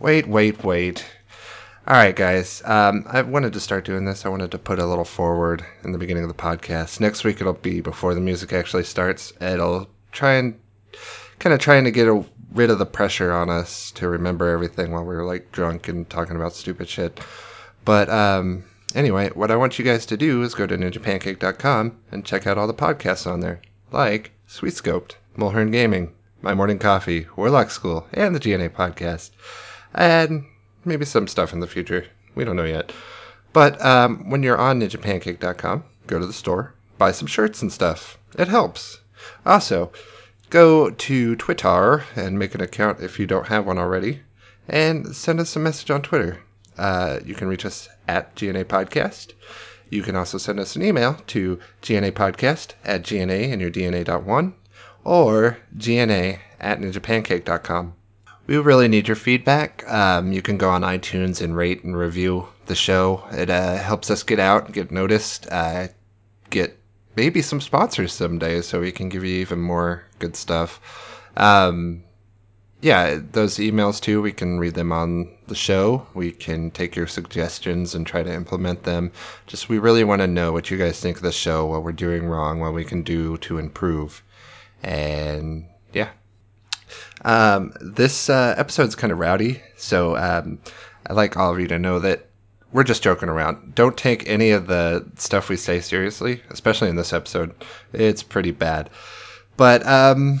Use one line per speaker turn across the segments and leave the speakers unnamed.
Wait, wait, wait. All right, guys. Um, I wanted to start doing this. I wanted to put a little forward in the beginning of the podcast. Next week it'll be before the music actually starts. It'll try and kind of trying to get a, rid of the pressure on us to remember everything while we were like drunk and talking about stupid shit. But um, anyway, what I want you guys to do is go to ninjapancake.com and check out all the podcasts on there, like Sweet Scoped, Mulhern Gaming, My Morning Coffee, Warlock School, and the GNA podcast, and maybe some stuff in the future. We don't know yet. But um, when you're on ninjapancake.com, go to the store, buy some shirts and stuff. It helps. Also, go to Twitter and make an account if you don't have one already, and send us a message on Twitter. Uh, you can reach us at GNA Podcast. You can also send us an email to GNA Podcast at GNA and your DNA.1 or GNA at ninjapancake.com. We really need your feedback. Um, you can go on iTunes and rate and review the show. It uh, helps us get out, get noticed, uh, get maybe some sponsors someday so we can give you even more good stuff. Um, yeah, those emails too, we can read them on the show. We can take your suggestions and try to implement them. Just we really want to know what you guys think of the show, what we're doing wrong, what we can do to improve. And yeah. Um, this uh, episode's kind of rowdy, so um, I'd like all of you to know that we're just joking around. Don't take any of the stuff we say seriously, especially in this episode. It's pretty bad. But um,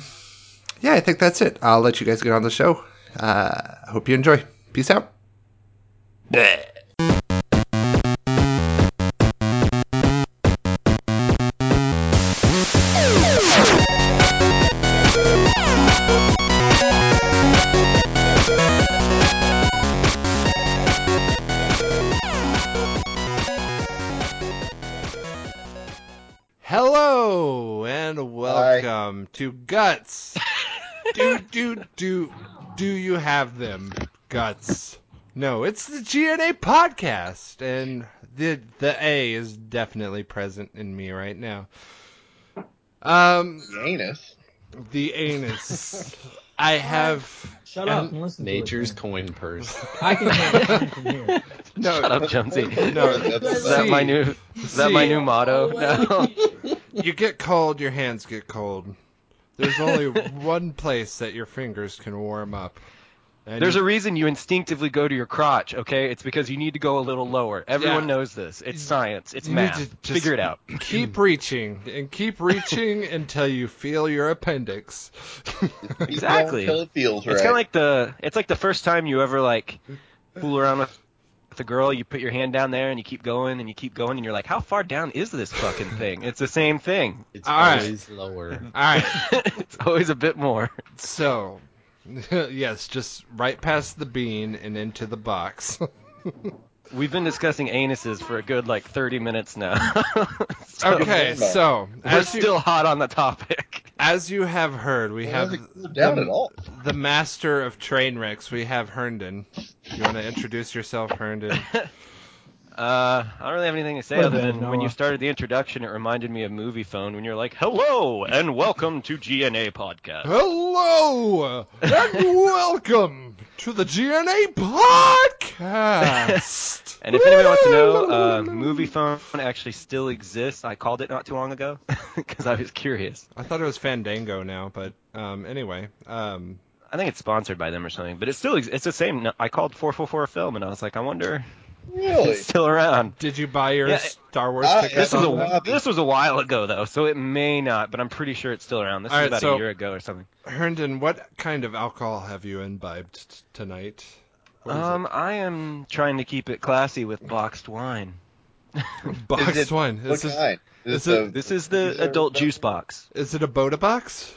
yeah, I think that's it. I'll let you guys get on the show. Uh, hope you enjoy. Peace out. Bleh. Hello and welcome to Guts. do do do do you have them guts? No, it's the GNA podcast, and the the A is definitely present in me right now. Um,
anus.
the anus. I have
Shut
And
up and listen
Nature's
to it.
coin purse.
Nature's. I can hear. it from here.
no
Shut up, Jonesy.
no.
Is that my new? Is that my
See.
new motto? No.
You get cold, your hands get cold. There's only one place that your fingers can warm up. And
There's
you-
a reason you instinctively go to your crotch. Okay, it's because you need to go a little lower. Everyone
Yeah.
knows this. It's science. It's
You need
math.
to just-
Figure it out.
keep reaching and keep reaching until you feel your appendix.
Exactly.
Until it feels right.
It's kind of like the. It's like the first time you ever like fool around with. with a girl, you put your hand down there and you keep going and you keep going and you're like, how far down is this fucking thing? It's the same thing.
It's
All right.
always lower.
All right.
it's always a bit more.
So, yes, just right past the bean and into the box.
We've been discussing anuses for a good like 30 minutes now. So-
okay, so
We're
as you,
still hot on the topic.
as you have heard, we
It
have
hasn't cooled down
the-
at all.
the master of train wrecks. We have Herndon. You want to introduce yourself, Herndon?
Uh, I don't really have anything to say
What
other
the
than when you
Noah?
started the introduction, it reminded me of Movie Phone when you're like, "Hello and welcome to GNA Podcast."
Hello and welcome to the GNA podcast.
And if anyone wants to know, uh, Movie Phone actually still exists. I called it not too long ago because I was curious.
I thought it was Fandango now, but um, anyway, um,
I think it's sponsored by them or something, but it's still ex- it's the same. No, I called 444 Film, and I was like, I wonder if
Really?
it's still around.
did you buy your
Yeah, it-
Star Wars
Uh,
tickets? Um,
This was
on that?
a this was a while ago though, so it may not, but I'm pretty sure it's still around. This
All
was
right,
about
so-
a year ago or something.
Herndon, what kind of alcohol have you imbibed t- tonight? What is
Um, I am trying to keep it classy with boxed wine.
it? boxed
it-
wine.
What
Is it,
kind?
is
Is
it-
it
This is the
These are-
adult juice box.
is it a Boda box?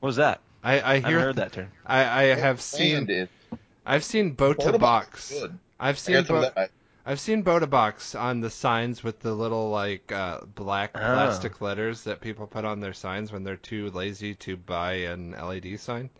What was that?
I, I
I haven't
hear.
heard that term.
I, I
a
have
brand
seen.
is?
I've seen Bota
Boda
box.
box is Good.
I've
I
seen.
got some of
Bo-
that. I-
I've seen Boda box on the signs with the little like uh, black
Oh.
plastic letters that people put on their signs when they're too lazy to buy an LED sign.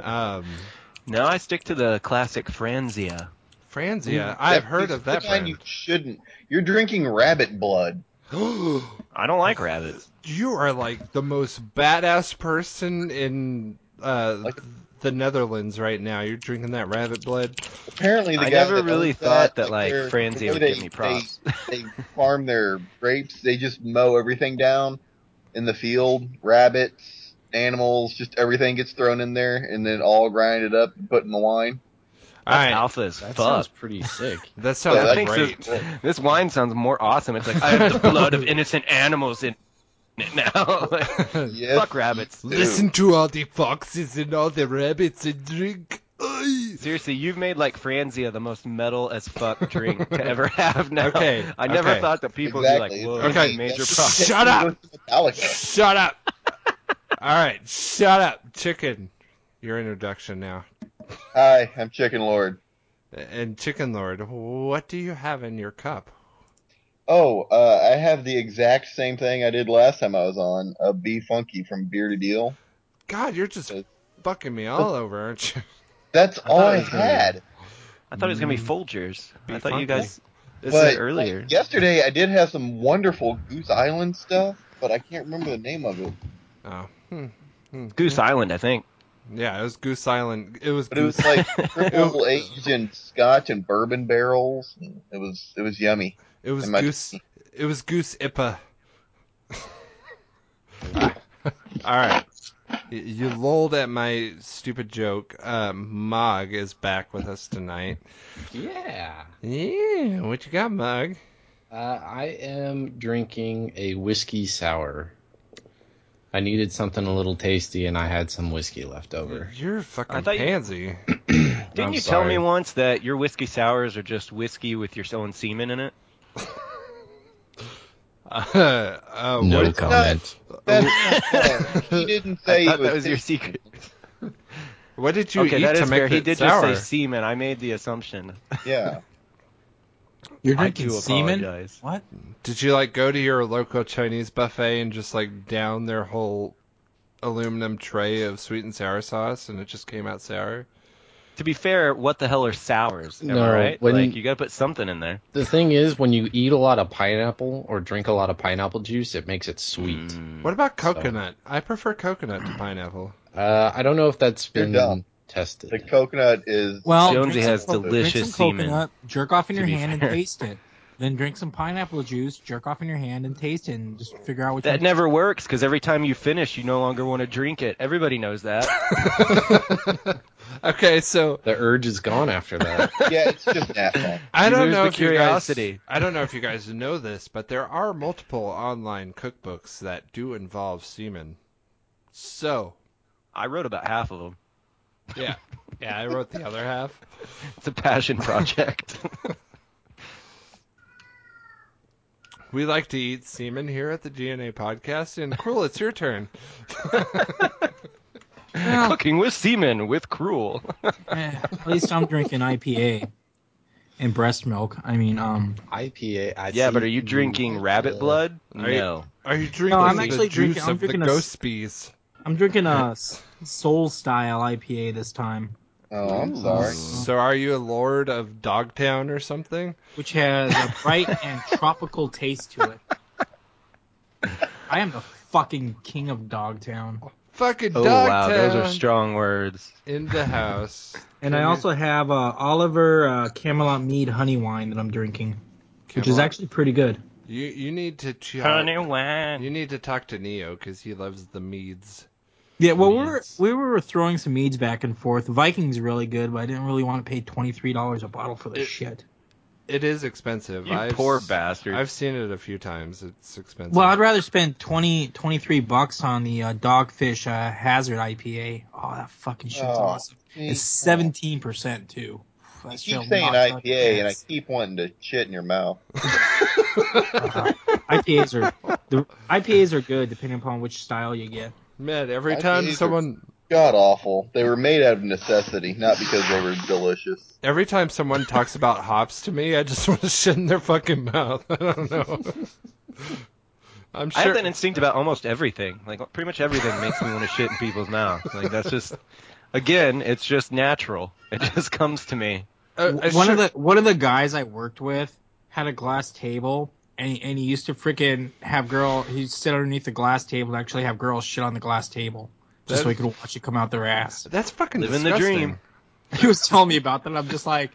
Um,
no, I stick to the classic Franzia.
Franzia, I've
that-
heard
it's
of that
the kind
brand.
You shouldn't. You're drinking rabbit blood.
I don't like rabbits.
you are like the most badass person in uh,
Like-
the Netherlands right now. You're drinking that rabbit blood.
Apparently, the
I
guy
never
that
really
owns
thought that, like,
they're-
Franzi
the way
would
they-
give me props.
They, they farm their grapes. They just mow everything down in the field. Rabbits, animals, just everything gets thrown in there, and then all grinded up and put in the wine.
All right,
Alpha as
That
fuck.
sounds pretty sick.
that
Yeah,
sounds
that
makes
great.
sense. This wine sounds more awesome. It's like I have the blood of innocent animals in it now. Like,
Yes,
Fuck rabbits.
you do.
Listen to all the foxes and all the rabbits and drink. Ay.
Seriously, you've made like Franzia the most metal as fuck drink to ever have now.
Okay,
I never
okay.
thought that people
Exactly.
would be like,
It's
whoa,
Okay.
okay. major
Shh.
problem.
Shut up!
Metallica.
Shut up! all right, shut up, chicken. Your introduction now.
Hi, I'm Chicken Lord.
And Chicken Lord, what do you have in your cup?
Oh, uh, I have the exact same thing I did last time I was on. A B Funky from Beer to Deal.
God, you're just
Uh,
fucking me all over, aren't you?
That's all
thought
I
it was gonna
had.
I thought it was gonna be Folgers.
Be
I thought
funky.
you guys this
But,
is earlier.
like, yesterday I did have some wonderful Goose Island stuff, but I can't remember the name of it.
Oh, hmm. hmm.
Goose Island, I think.
Yeah, it was Goose Island. It was
But it was
Goose-
like triple aged in Scotch and bourbon barrels. and It was it was yummy.
It was
Am I-
goose. It was goose IPA. All right, Y- you lolled at my stupid joke. Uh, Mog is back with us tonight.
yeah.
Yeah, what you got, Mog?
Uh, I am drinking a whiskey sour. I needed something a little tasty, and I had some whiskey left over.
You're a fucking
I thought you-
pansy.
Didn't
I'm
you tell
sorry.
me once that your whiskey sours are just whiskey with your own semen in it?
Uh, uh,
No
what-
comment.
That's he didn't say
Oh. I
it
thought
was,
that was your secret.
What did you
okay,
eat
that
to
is
make
fair. He
it
did
sour?
just say semen. I made the assumption.
yeah.
You're
I
drinking
do
semen?
apologize.
What?
Did you like go to your local Chinese buffet and just like down their whole aluminum tray of sweet and sour sauce, and it just came out sour?
To be fair, what the hell are sours? Am
No,
I right?
when-
Like you gotta put something in there.
The thing is, when you eat a lot of pineapple or drink a lot of pineapple juice, it makes it sweet.
Mm.
What about coconut? I prefer coconut to pineapple.
Uh, I don't know if that's
You're
been
dumb.
tested.
The coconut is
Well,
Jonesy
drink some
has
co- drink
delicious
some
semen,
coconut, Jerk off in
to
your
be
hand
fair.
and taste it. Then drink some pineapple juice. Jerk off in your hand and taste it, and just figure out what.
That never works because every time you finish, you no longer want to drink it. Everybody knows that.
okay, so
the urge is gone after that.
yeah, it's just natural.
I
You
don't
lose
know
the
if You
curiosity.
guys, I don't know if you guys know this, but there are multiple online cookbooks that do involve semen. So
I wrote about half of them.
yeah, yeah, I wrote the other half.
It's a passion project.
We like to eat semen here at the GNA podcast, and cool, it's your turn.
Well,
Cooking with semen with cruel.
eh, at least I'm drinking IPA and breast milk. I mean, um,
IPA. I
yeah,
see.
but are you drinking rabbit
Uh,
blood?
Mm. Are you-
No.
Are you drinking
I'm
the
actually
juice
drinking-
of
I'm drinking
the
a
ghost bees?
I'm drinking a soul style IPA this time,
Oh, I'm sorry.
So are you a lord of Dogtown or something?
which has a bright and tropical taste to it. I am the fucking king of Dogtown.
Fucking
Oh
Dogtown
wow, those are strong words.
in the house.
And I
Can you-
also have uh, Oliver uh, Camelot Mead honey wine that I'm drinking, which is
Camelot.
actually pretty good.
You you need to talk,
Honey wine.
you need to talk to Neo because he loves the meads.
Yeah, well, we were,
Meads.
we were throwing some meads back and forth. Viking's really good, but I didn't really want to pay twenty three dollars a bottle for this
It-
shit.
It is expensive.
You
I've,
poor
s-
bastard.
I've seen it a few times. It's expensive.
Well, I'd rather spend 20, 23 bucks on the uh, Dogfish uh, Hazard IPA. Oh, that fucking shit's
Oh,
awesome. It's seventeen percent too.
You
That
keep
shit'll
saying
knock out
IPA, and I
ass.
keep wanting to shit in your mouth.
Uh-huh. IPAs are the IPAs are good depending upon which style you get.
Man, every
I
time
believe it.
someone
God awful. They were made out of necessity, not because they were delicious.
every time someone talks about hops to me, I just want to shit in their fucking mouth. I don't know. I'm
I have
sure.
that instinct about almost everything. Like pretty much everything makes me want to shit in people's mouths. Like that's just, again, it's just natural. It just comes to me.
uh, I
one
sure-
of the one of the guys I worked with had a glass table, and he, and he used to freaking have girl. He'd sit underneath the glass table and actually have girls shit on the glass table. just so
That-
he could watch it come out their ass.
That's fucking
Living the
disgusting.
dream.
He was telling me about that. and I'm just like,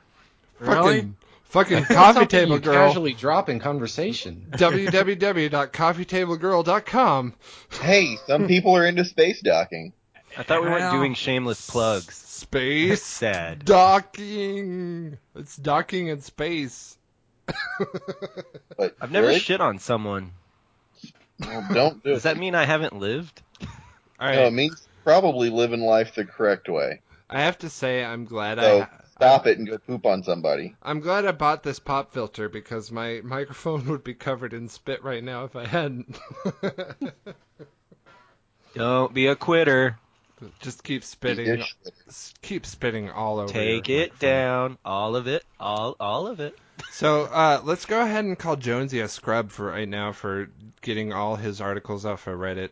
really?
Fucking, fucking
That's
coffee
something
table
you
girl.
Casually drop in conversation.
www.coffeetablegirl.com.
Hey, some people are into space docking.
I thought we weren't
Well.
doing shameless plugs.
Space.
Sad.
Docking. It's docking in space.
But
I've never
really?
shit on someone.
Well, don't do it.
Does that mean I haven't lived? All
No, it
right.
means probably living life the correct way.
I have to say, I'm glad
So
I.
stop it and go poop on somebody.
I'm glad I bought this pop filter because my microphone would be covered in spit right now if I hadn't.
Don't be a quitter.
Just keep spitting.
Ish.
s- Keep spitting all over.
Take
your
it
microphone.
down. All of it. All all of it.
So uh, let's go ahead and call Jonesy a scrub for right now for getting all his articles off of Reddit.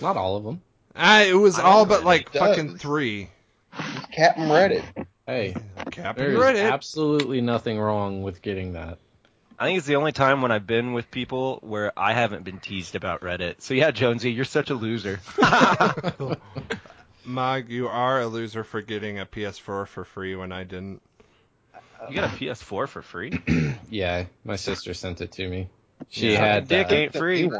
Not all of them.
I, it was
I don't
all
know
but
that
like
he
fucking
does.
three.
Captain Reddit.
Hey,
Captain
there is
Reddit.
absolutely nothing wrong with getting that.
I think it's the only time when I've been with people where I haven't been teased about Reddit. So yeah, Jonesy, you're such a loser.
Mog, you are a loser for getting a PS4 for free when I didn't.
You got a PS4 for free.
Yeah, my sister sent it to me. She
Yeah.
had
Dick
uh,
ain't free.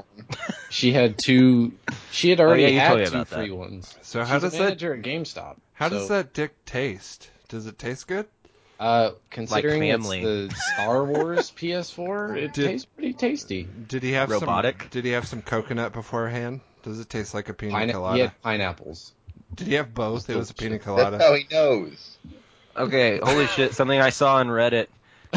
she had two. She had already
Oh, yeah, you told me
had two
about that.
free ones.
So
She's
how
a
does that
manager at GameStop?
how
so,
does that dick taste? Does it taste good?
Uh, considering it's
family.
the Star Wars PS4, it
Did-
tastes pretty tasty.
Did he have Some,
Robotic?
did he have some coconut beforehand? Does it taste like a pina
Pine-
colada?
yeah, pineapples.
Did he have both? It was a pina colada.
That's how he knows.
Okay, holy shit, something I saw on Reddit.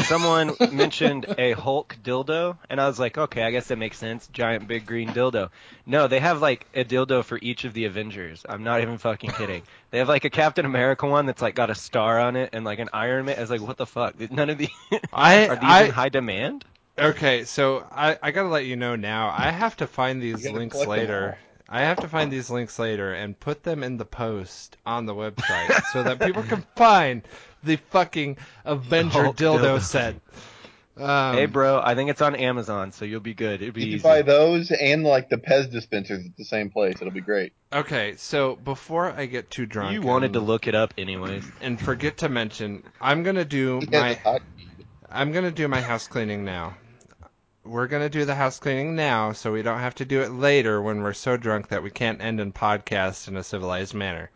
Someone mentioned a Hulk dildo, and I was like, okay, I guess that makes sense. Giant big green dildo. No, they have like a dildo for each of the Avengers. I'm not even fucking kidding. They have like a Captain America one that's like got a star on it and like an Iron Man. I was like, what the fuck? None of these
I,
are these in
I
high demand?
okay. So I I gotta let you know now. I have to find these
gotta
links
collect them
later. I have to find these links later and put them in the post on the website so that people can find the fucking Avenger
Hulk
dildo,
dildo.
set. Um,
hey, bro, I think it's on Amazon, so you'll be good. It'll be
You can
easy.
buy those and like the Pez dispensers at the same place. It'll be great.
Okay, so before I get too drunk,
you wanted
and,
to look it up anyways.
and forget to mention, I'm gonna do
He has
my
a hot-
I'm gonna do my house cleaning now. We're gonna do the house cleaning now, so we don't have to do it later when we're so drunk that we can't end in podcast in a civilized manner.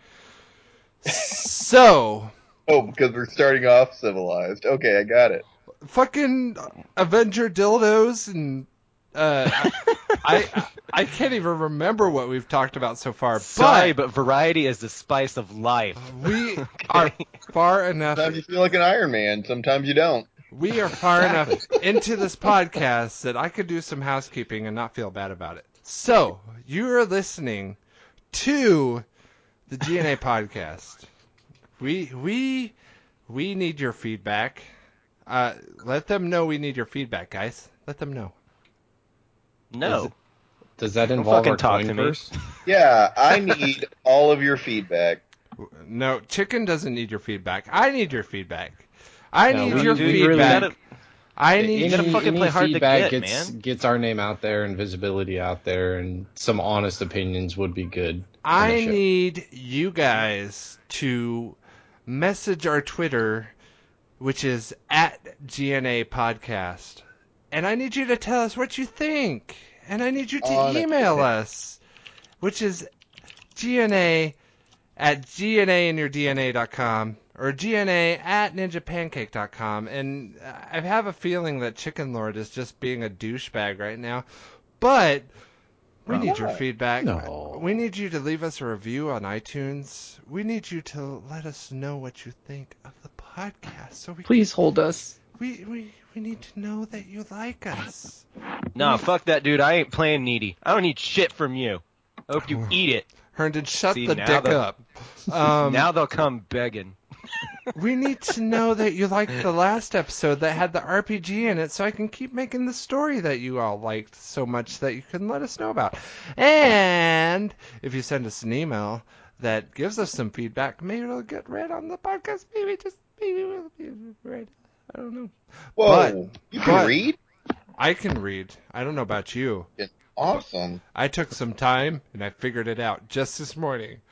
so,
Oh, because we're starting off civilized. Okay, I got it.
fucking Avenger dildos and uh, I, I I can't even remember what we've talked about so far,
Sorry,
but
but variety is the spice of life.
we are far enough
Sometimes you feel like an Iron Man. Sometimes you don't.
We are far enough into this podcast that I could do some housekeeping and not feel bad about it. So, you are listening to the GNA podcast. We we we need your feedback. Uh, let them know we need your feedback, guys. Let them know.
No.
Does that
fucking
involve our
talk
coin
to me.
purse?
Yeah, I need all of your feedback.
No, chicken doesn't need your feedback. I need your feedback. I
No,
need
we-
your
we really-
feedback.
gotta-
I
Any,
need
gotta fucking
any
play hard to
feedback
get,
gets,
man.
gets our name out there and visibility out there, and some honest opinions would be good. on the
I
show.
need you guys to message our Twitter, which is at GNA Podcast. And I need you to tell us what you think. And I need you to
Oh,
On it.
email us, which is GNA at gnainyourdna.com or gna at ninjapancake.com. And I have a feeling that Chicken Lord is just being a douchebag right now. But we need your feedback.
No.
We need you to leave us a review on iTunes. We need you to let us know what you think of the podcast. So we
Please hold us.
we we, we need to know that you like us. Mm.
Nah, fuck that dude. I ain't playing needy. I don't need shit from you. I hope you eat it.
Herndon, shut
See,
the
now
dick
the-
up. Um,
now they'll come begging.
we need to know that you liked the last episode that had the RPG in it so I can keep making the story that you all liked so much that you can let us know about. And if you send us an email that gives us some feedback, maybe it'll get read on the podcast. Maybe just maybe we'll be read. I don't know.
Whoa,
But-
you can
but-
read?
I can read. I don't know about you.
awesome.
I took some time and I figured it out just this morning.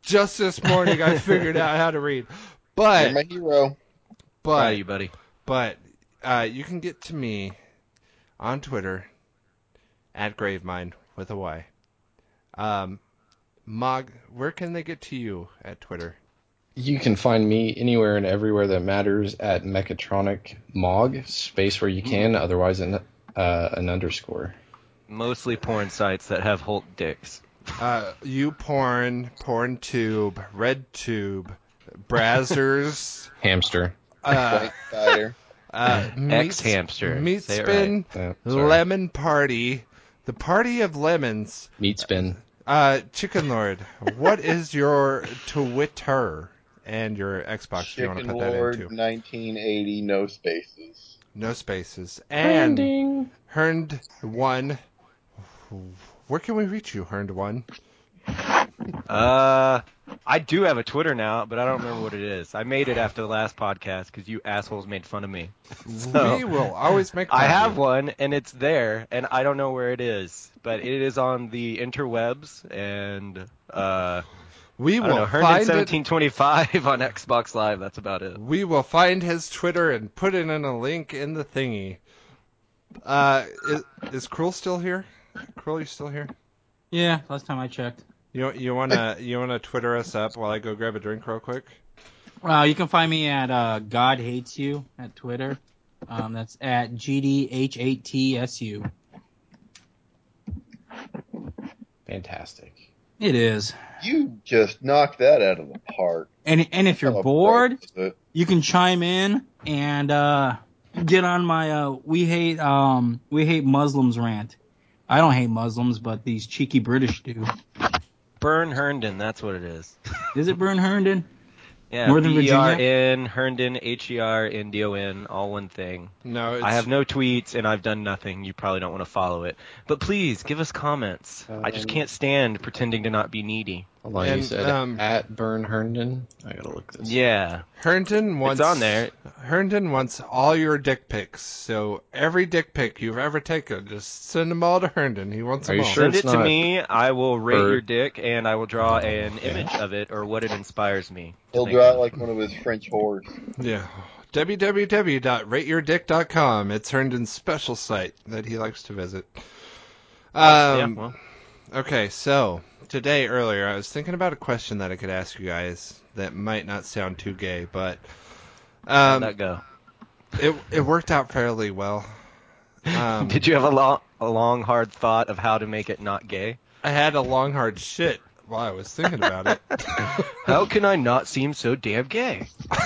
Just this morning, I figured out how to read.
You're
But
my hero.
Proud
but
of you, buddy.
But uh, you can get to me on Twitter at Gravemind with a Y. Um, Mog, where can they get to you at Twitter?
You can find me anywhere and everywhere that matters at Mechatronic Mog, space where you
Hmm.
can, otherwise an, uh, an underscore.
Mostly porn sites that have Hulk dicks.
Uh, you porn, PornTube, RedTube, Brazzers,
Hamster.
uh,
White Spider.
uh,
Ex
Meat-
hamster.
Meat
Say it
Spin,
Uh, sorry.
Lemon Party, the Party of Lemons,
Meat spin.
uh, Chicken Lord. what is your Twitter and your Xbox? if you want to
Chicken
put
Lord,
that into
1980, no spaces.
no spaces and. Hernd one. Where can we reach you, Hernd one?
right. Uh, I do have a Twitter now, but I don't remember what it is. I made it after the last podcast because you assholes made fun of me. So-
we will always make.
I
fun of
have
you.
one, and it's there, and I don't know where it is, but it is on the interwebs, and uh,
We
I don't
will
know,
find
Herndon
it.
seventeen twenty five on Xbox Live. That's about it.
We will find his Twitter and put it in a link in the thingy. Uh, is, is Cruel still here? Cruel, you still here?
Yeah, last time I checked.
You you wanna you wanna Twitter us up while I go grab a drink real quick?
Uh, you can find me at uh, God Hates You at Twitter. Um, that's at GDH8TSU.
Fantastic.
It is.
You just knocked that out of the park.
And and if
I'm
you're
impressed
bored,
with it.
you can chime in and uh, get on my uh, we hate um, we hate Muslims rant. I don't hate Muslims, but these cheeky British do.
Burn Herndon, that's what it is.
Is it Bern Herndon?
Yeah,
Northern Virginia?
B-E-R-N, Herndon, E H-E-R-N-D-O-N, all one thing.
No, it's,
I have no tweets, and I've done nothing. You probably don't want to follow it. But please, give us comments. I just
Um,
can't stand pretending to not be needy.
Hold on,
And,
you said
um,
at Burn Herndon? I gotta look this
Yeah.
Herndon wants
on there.
Herndon wants all your dick pics. So every dick pic you've ever taken, just send them all to Herndon. He wants
Are
them
you
all.
sure
Send
it's
it to
not
me. I will rate
bird?
your dick, and I will draw an
Yeah.
image of it or what it inspires me. to
He'll
think
draw
of.
it like one of his French whores.
Yeah. www.rateyourdick.com. It's Herndon's special site that he likes to visit. Um,
Uh, yeah, well,
Okay, so today earlier I was thinking about a question that I could ask you guys that might not sound too gay, but
let
um,
that go.
it, it worked out fairly well. Um,
Did you have a long, a long, hard thought of how to make it not gay?
I had a long, hard shit while I was thinking about it.
How can I not seem so damn gay?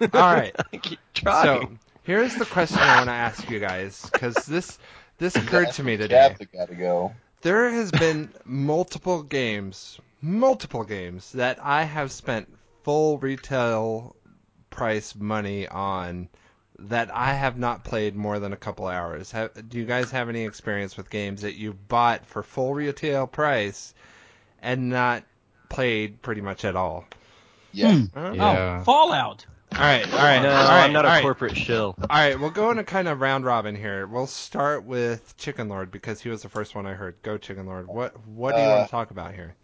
All right.
I keep trying.
So here's the question I want to ask you guys because this this occurred to me today.
Jabs have got to go.
There has been multiple games, multiple games that I have spent full retail price money on that I have not played more than a couple hours. Have, do you guys have any experience with games that you bought for full retail price and not played pretty much at all?
Yes.
Hmm.
Yeah.
Oh, Fallout.
All right, all right,
Uh-huh. no,
all right,
I'm not a
all right.
corporate shill.
All right, we'll go in a kind of round robin here. We'll start with Chicken Lord because he was the first one I heard. Go Chicken Lord. What what do you
Uh,
want to talk about here?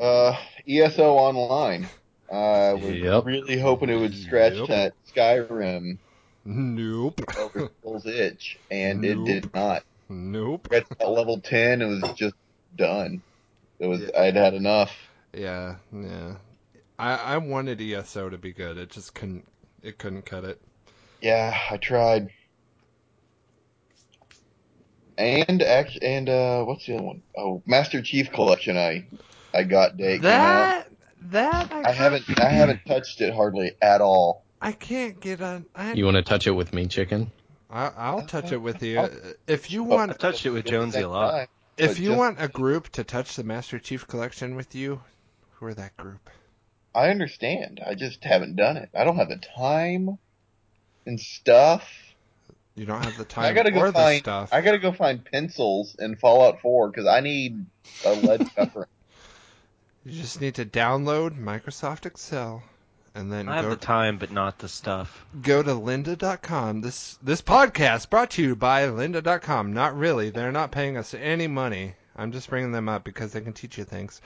Uh, ESO Online. I was
Yep.
really hoping it would stretch
Yep.
that Skyrim
Nope.
over Soul's itch, and
Nope.
it did not.
Nope.
Read about level ten, it was just done. It was
Yeah.
I'd had enough.
Yeah, yeah. I I wanted ESO to be good. It just couldn't it couldn't cut it.
Yeah, I tried. And act and uh, what's the other one? Oh, Master Chief Collection. I I got day.
That that I,
I haven't I haven't touched it hardly at all.
I can't get on. I,
You wanna touch it with me, chicken?
I I'll touch it with you
I'll-
if you
Well,
want.
I've touched it with Jonesy a lot.
If
but
you
just-
want a group to touch the Master Chief collection with you, who are that group?
I understand. I just haven't done it. I don't have the time and stuff.
You don't have the time
I gotta
or
go
the
find.
stuff.
I gotta go find pencils in Fallout Four because I need a lead cover.
You just need to download Microsoft Excel and then
I have
go
the time, but not the stuff.
go to lynda.com. This this podcast brought to you by lynda.com. Not really. They're not paying us any money. I'm just bringing them up because they can teach you things.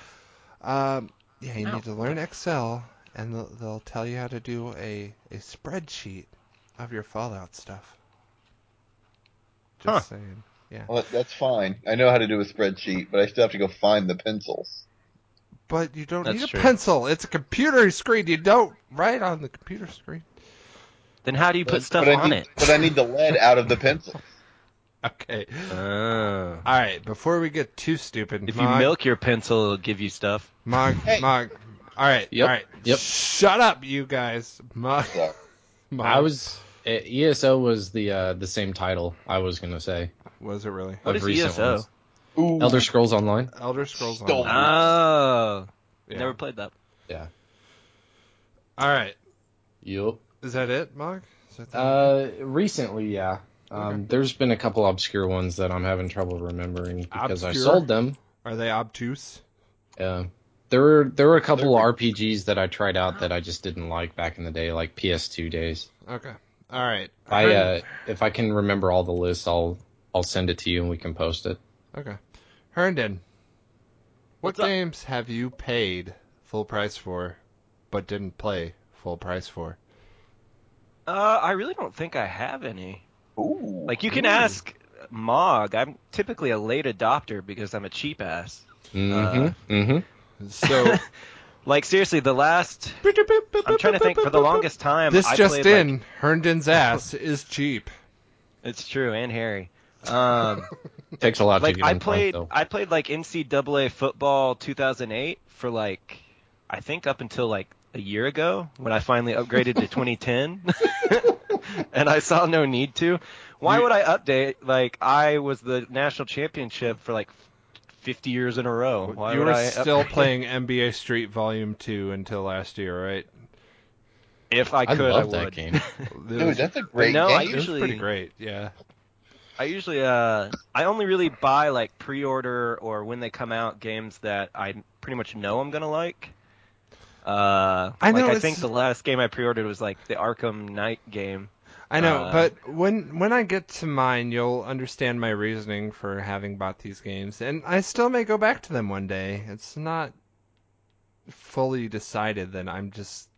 Um, yeah, you need to learn Excel, and they'll, they'll tell you how to do a, a spreadsheet of your Fallout stuff. Just
Huh.
saying.
Well, that's fine. I know how to do a spreadsheet, but I still have to go find the pencils.
But you don't
That's
need a
true.
pencil. It's a computer screen. You don't write on the computer screen.
Then how do you put stuff
but I
on
need,
it?
But I need the lead out of the pencil.
Okay.
Oh.
All right. Before we get too stupid,
If you
Mog-
milk your pencil, it'll give you stuff.
Mog,
Hey.
Mog. All right,
Yep,
all right.
yep.
Shut up, you guys. Mog,
So,
Mog.
I was eh, ESO was the uh, the same title I was gonna say
Was it really
What
of
is E
recent
ESO?
ones. Elder Scrolls Online.
Elder Scrolls
Stole
Online?
it.
Oh.
Yeah.
Never played that.
All right.
Yep.
Is that it, Mog? Is that the-
Uh, recently, yeah. Um,
Okay.
There's been a couple obscure ones that I'm having trouble remembering because I
Obscure?
sold them.
Are they obtuse?
Uh, there were there were a couple
They're-
RPGs that I tried out that I just didn't like back in the day, like PS2 days.
Okay. All right.
I
heard,
uh, if I can remember all the lists, I'll I'll send it to you and we can post it.
okay. Herndon, what
What's up?
games have you paid full price for, but didn't play full price for?
Uh, I really don't think I have any.
Ooh.
Like you can ask Mog. I'm typically a late adopter because I'm a cheap ass.
Uh,
Mm-hmm. mm-hmm.
So
Like seriously, the last I'm trying to think for the longest time
This
I
just
played, like-
in: Herndon's ass is cheap.
it's true and Harry. Um,
Takes a lot to
like
get
I
them
played
Though.
I played like NCAA football 2008 for like I think up until like a year ago when I finally upgraded to 2010 and I saw no need to. Why would I update? Like I was the national championship for like 50 years in a row. Why
you
would
were
I
still
upgrade?
playing NBA Street Volume Two until last year, right?
If I
I
could, I,
love that
would.
game.
It
Dude,
was-
that's a great
No, I
it was
game.
usually-
pretty great. Yeah,
I usually uh I only really buy like pre-order or when they come out games that I pretty much know I'm gonna like. Uh,
I know,
like I
it's-
think the last game I pre-ordered was like the Arkham Knight game.
I know.
Uh,
but when when I get to mine, you'll understand my reasoning for having bought these games, and I still may go back to them one day. It's not fully decided that I'm just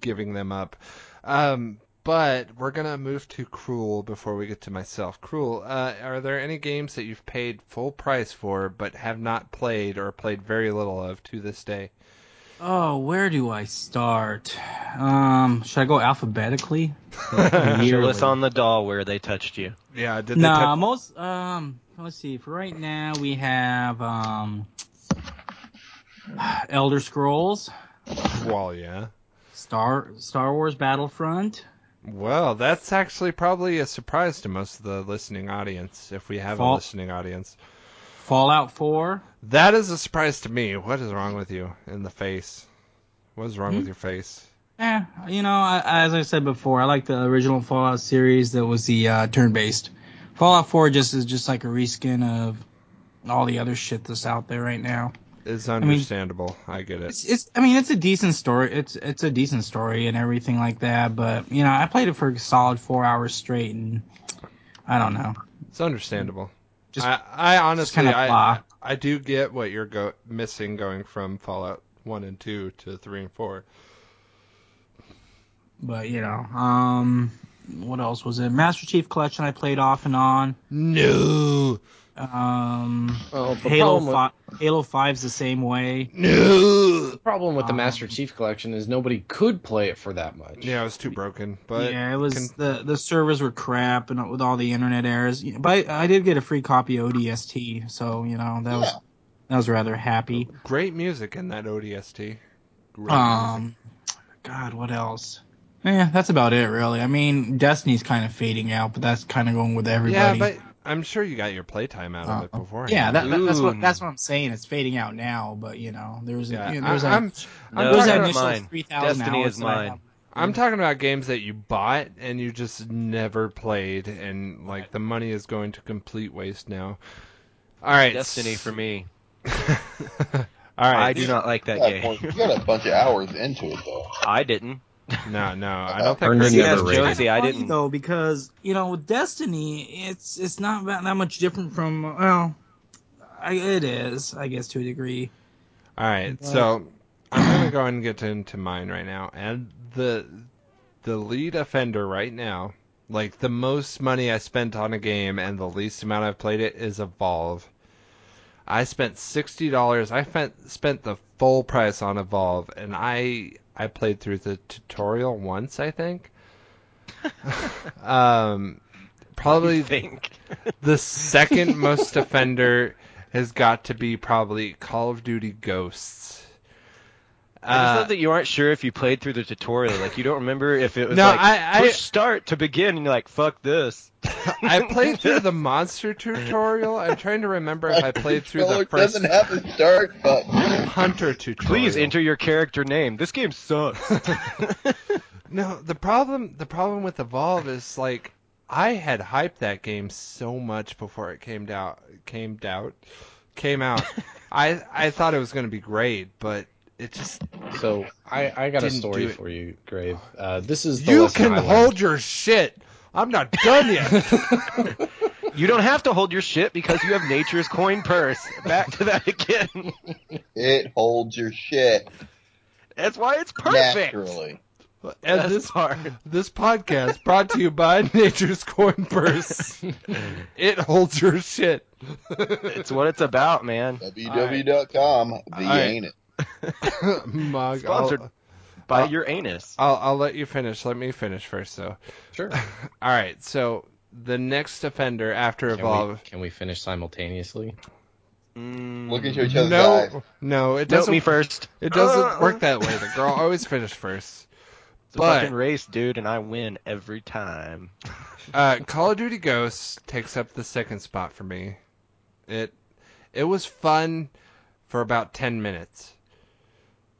giving them up. Um, but we're gonna move to Cruel before we get to myself. Cruel, uh, are there any games that you've paid full price for but have not played or played very little of to this day?
Oh, where do I start? Um, should I go alphabetically?
Show
Yearly.
us on the doll where they touched you.
Yeah, did they
Nah,
touch?
most um let's see, for right now we have um Elder Scrolls,
Well, yeah.
Star Star Wars Battlefront.
Well, that's actually probably a surprise to most of the listening audience, if we have a
Fall-
listening audience.
Fallout 4.
That is a surprise to me. What is wrong with you in the face? What is wrong with
Hmm?
your face?
Eh, you know, I, as I said before, I like the original Fallout series that was the uh, turn-based. Fallout 4 just is just like a reskin of all the other shit that's out there right now.
It's understandable. I get it.
It's, it's I mean, it's a decent story. It's it's a decent story and everything like that. But you know, I played it for a solid four hours straight, and I don't know.
It's understandable.
Just-
I, I honestly,
kinda
I,
blah.
I do get what you're go- missing going from Fallout 1 and 2 to 3 and 4.
But you know, um, what else was it? Master Chief Collection. I played off and on.
No!
Um,
Well, Oh, the
Halo
problem with-
Fi Halo Five's the same way.
No!
The problem with the
Um,
Master Chief collection is nobody could play it for that much.
Yeah, it was too broken, but
yeah, it was
can-
the the servers were crap and with all the internet errors. You know, But I, I did get a free copy of ODST, so you know that was that was rather happy.
great music in that ODST. Great music.
Um, God, what else? Yeah, that's about it, really. I mean, Destiny's kind of fading out, but that's kind of going with everybody.
Yeah, but I'm sure you got your playtime out of it
Uh,
beforehand.
yeah, that, that- that's
Ooh.
what that's what I'm saying. It's fading out now, but you know, there was
Yeah,
you know,
I-
there was that,
I'm- I'm
No,
there was
talking
that
not
about-
initial
mine.
three thousand
Destiny
hours.
is
that I
mine.
had.
I'm talking about games that you bought and you just never played, and like the money is going to complete waste now. All right,
Destiny for me.
All right,
I do not like that
You got a
game.
bunch- you got a bunch of hours into it though.
I didn't.
No, no, I
Uh,
don't think
Or
I've
never
ever
Yes,
rated.
rated.
Josie. I
funny,
didn't-
though because you know with Destiny, it's it's not that, that much different from well, I, it is I guess to a degree.
All right,
But-
so I'm gonna go and get into mine right now, and the the lead offender right now, like the most money I spent on a game and the least amount I've played it is Evolve. I spent sixty dollars. I spent spent the full price on Evolve, and I I played through the tutorial once, I think. um, probably
You think.
the second most offender has got to be probably Call of Duty Ghosts.
I just
Uh,
love that you aren't sure if you played through the tutorial. Like you don't remember if it was
No,
like
I- I-
push start to begin, and you're like, "Fuck this."
I played through the monster tutorial. I'm trying to remember if I played through the
Controller
first
doesn't have a start button.
hunter tutorial.
Please enter your character name. This game sucks.
No, the problem the problem with Evolve is like I had hyped that game so much before it came out came out came out. I I thought it was going to be great, but it just
So I, I got a
Didn't do
story
it.
for you, Grave. Uh, this is the
you
lesson
can
I learned.
hold your shit. I'm not done yet.
you don't have to hold your shit because you have nature's coin purse. Back to that again.
It holds your shit
That's why it's perfect.
naturally.
And
Best
this
part.
This podcast brought to you by Nature's Coin Purse. it holds your shit.
It's what it's about, man.
www.com. The
right.
ain't it.
Mug,
Sponsored
I'll,
by
Uh,
your anus.
I'll, I'll let you finish. Let me finish first, though.
Sure.
All right. So the next offender after
Can we,
Evolve.
can we finish simultaneously?
Mm,
Look into each other's eyes.
No, no, it
note
doesn't.
me first.
It doesn't
Uh,
work that way. The girl always finishes first.
It's a
But
fucking race, dude, and I win every time.
uh, Call of Duty Ghosts takes up the second spot for me. It it was fun for about ten minutes.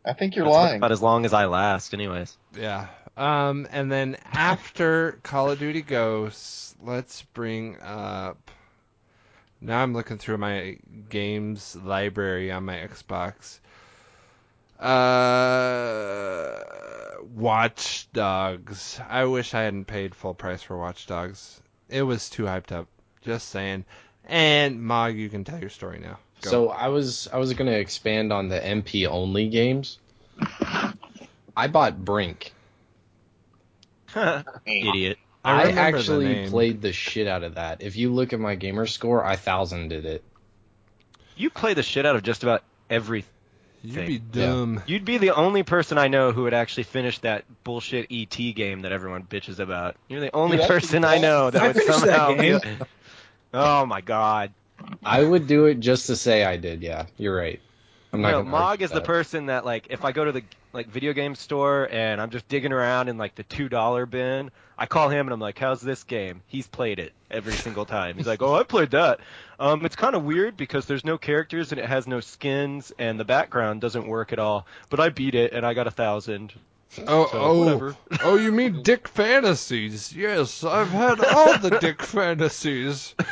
I think you're
That's
lying.
About as long as I last, anyways.
Yeah. Um, and then after Call of Duty Ghosts, let's bring up. Now I'm looking through my games library on my Xbox. Uh, Watch Dogs. I wish I hadn't paid full price for Watch Dogs. It was too hyped up. Just saying. And Mog, you can tell your story now. Go.
So I was I was gonna expand on the MP only games. I bought Brink.
Idiot.
I
I,
remember the
actually
name.
played the shit out of that. If you look at my gamer score, I thousanded it.
You play the shit out of just about everything.
you'd be dumb.
You'd be the only person I know who would actually finish that bullshit ET game that everyyone bitches about. You're the only
Dude, I
person I
finished
know that
I
would
finished that
somehow.
game.
be- oh my god.
I would do it just to say I did. Yeah, you're right. I'm not
No,
gonna
Mog
argue
is the
that.
person that like if I go to the like video game store and I'm just digging around in like the two dollar bin, I call him and I'm like, "How's this game?" He's played it every single time. He's like, "Oh, I played that. Um, it's kind of weird because there's no characters and it has no skins and the background doesn't work at all. But I beat it and I got a thousand.
Oh,
So,
oh,
whatever.
oh, you mean dick fantasies? Yes, I've had all the dick fantasies.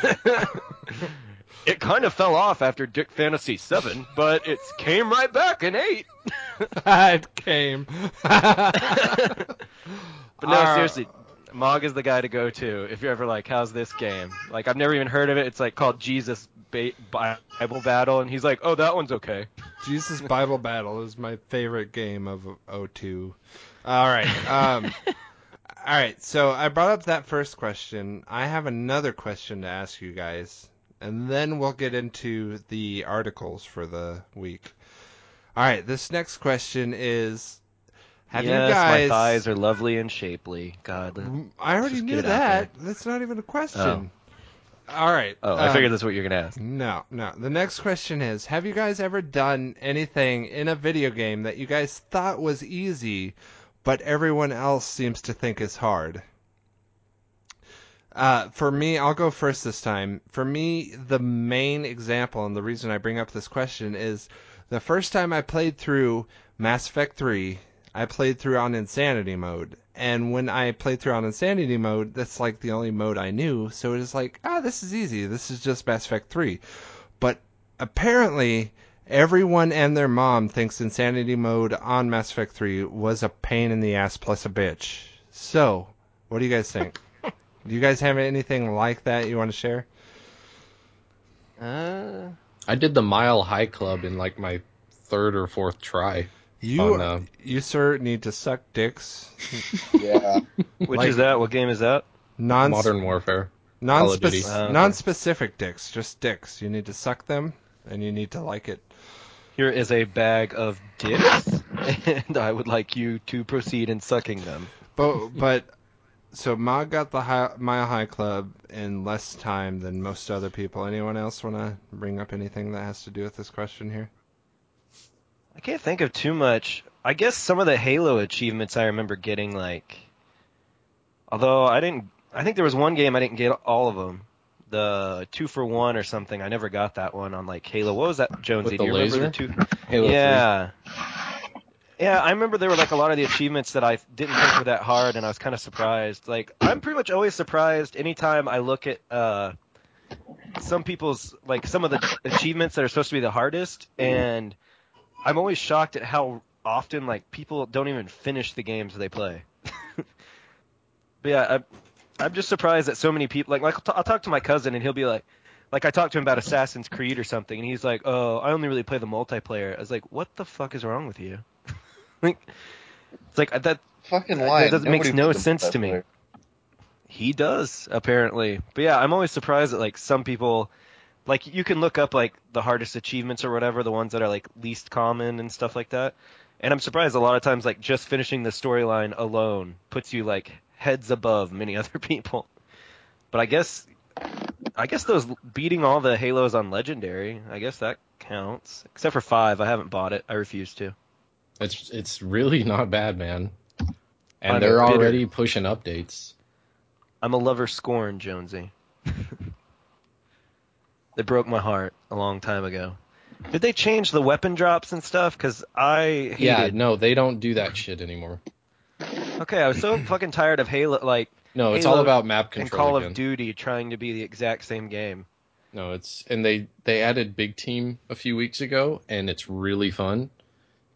It kind of fell off after Dick Fantasy Seven, but it came right back in eight.
It came.
But no,
Uh,
seriously, Mog is the guy to go to if you're ever like, "How's this game?" Like, I've never even heard of it. It's like called Jesus ba- Bible Battle, and he's like, "Oh, that one's okay."
Jesus Bible Battle is my favorite game of O2. All right. Um, all right. So I brought up that first question. I have another question to ask you guys, and then we'll get into the articles for the week. All right. This next question is: Have
yes,
you guys?
my thighs are lovely and shapely. God. Oh,
I already
Just
knew
get it out Oh.
that. That's not even a question. All right.
I
um,
figured that's what you're gonna ask.
No, no. The next question is: Have you guys ever done anything in a video game that you guys thought was easy, but everyone else seems to think is hard? Uh, for me, I'll go first this time. For me, the main example and the reason I bring up this question is the first time I played through Mass Effect 3, I played through on insanity mode. And when I played through on insanity mode, that's like the only mode I knew. So it was like, ah, this is easy. This is just Mass Effect 3. But apparently, Everyone and their mom thinks insanity mode on Mass Effect 3 was a pain in the ass plus a bitch. So, what do you guys think? do you guys have anything like that you want to share?
Uh,
I did the Mile High Club in like my third or fourth try.
You
Oh, no.
you sir need to suck dicks.
Yeah.
which
Like-
is that? What game is that?
Non
Modern Warfare. Call of Duty.
non-spec-
Oh, okay.
non-specific dicks, just dicks. You need to suck them and you need to like it.
Here is a bag of dicks, and I would like you to proceed in sucking them.
But but so Ma got the high, Mile High Club in less time than most other people. Anyone else want to bring up anything that has to do with this question here?
I can't think of too much. I guess some of the Halo achievements I remember getting, like, although I didn't, I think there was one game I didn't get all of them. The two for one or something. I never got that one on like Halo. What was that,
With
Jonesy? Do
the
you remember the two?
Halo
yeah. Yeah, I remember there were like a lot of the achievements that I didn't think were that hard, and I was kind of surprised. Like, I'm pretty much always surprised anytime I look at uh, some people's like some of the achievements that are supposed to be the hardest, and I'm always shocked at how often like people don't even finish the games they play. but yeah, I, I'm just surprised that so many people like like I'll, t- I'll talk to my cousin and he'll be like, like I talked to him about Assassin's Creed or something, and he's like, "Oh, I only really play the multiplayer." I was like, "What the fuck is wrong with you?" like, it's like that
Fucking
That
lying.
doesn't- makes
Nobody
no
puts them
sense to me.
up there.
he does apparently. But yeah, I'm always surprised that like some people, like you can look up like the hardest achievements or whatever, the ones that are like least common and stuff like that. And I'm surprised a lot of times like just finishing the storyline alone puts you like heads above many other people. But I guess, I guess those beating all the Halos on Legendary, I guess that counts. Except for five, I haven't bought it. I refuse to.
It's it's really not bad, man. And
I'm
they're
bitter.
already pushing updates.
I'm a lover scorn, Jonesy. they broke my heart a long time ago. Did they change the weapon drops and stuff? Because I hated.
Yeah, no, they don't do that shit anymore.
Okay, I was so fucking tired of Halo, like,
No, it's
Halo
all about map
and
control
Call
again.
of Duty trying to be the exact same game.
No, it's and they they added Big Team a few weeks ago, and it's really fun.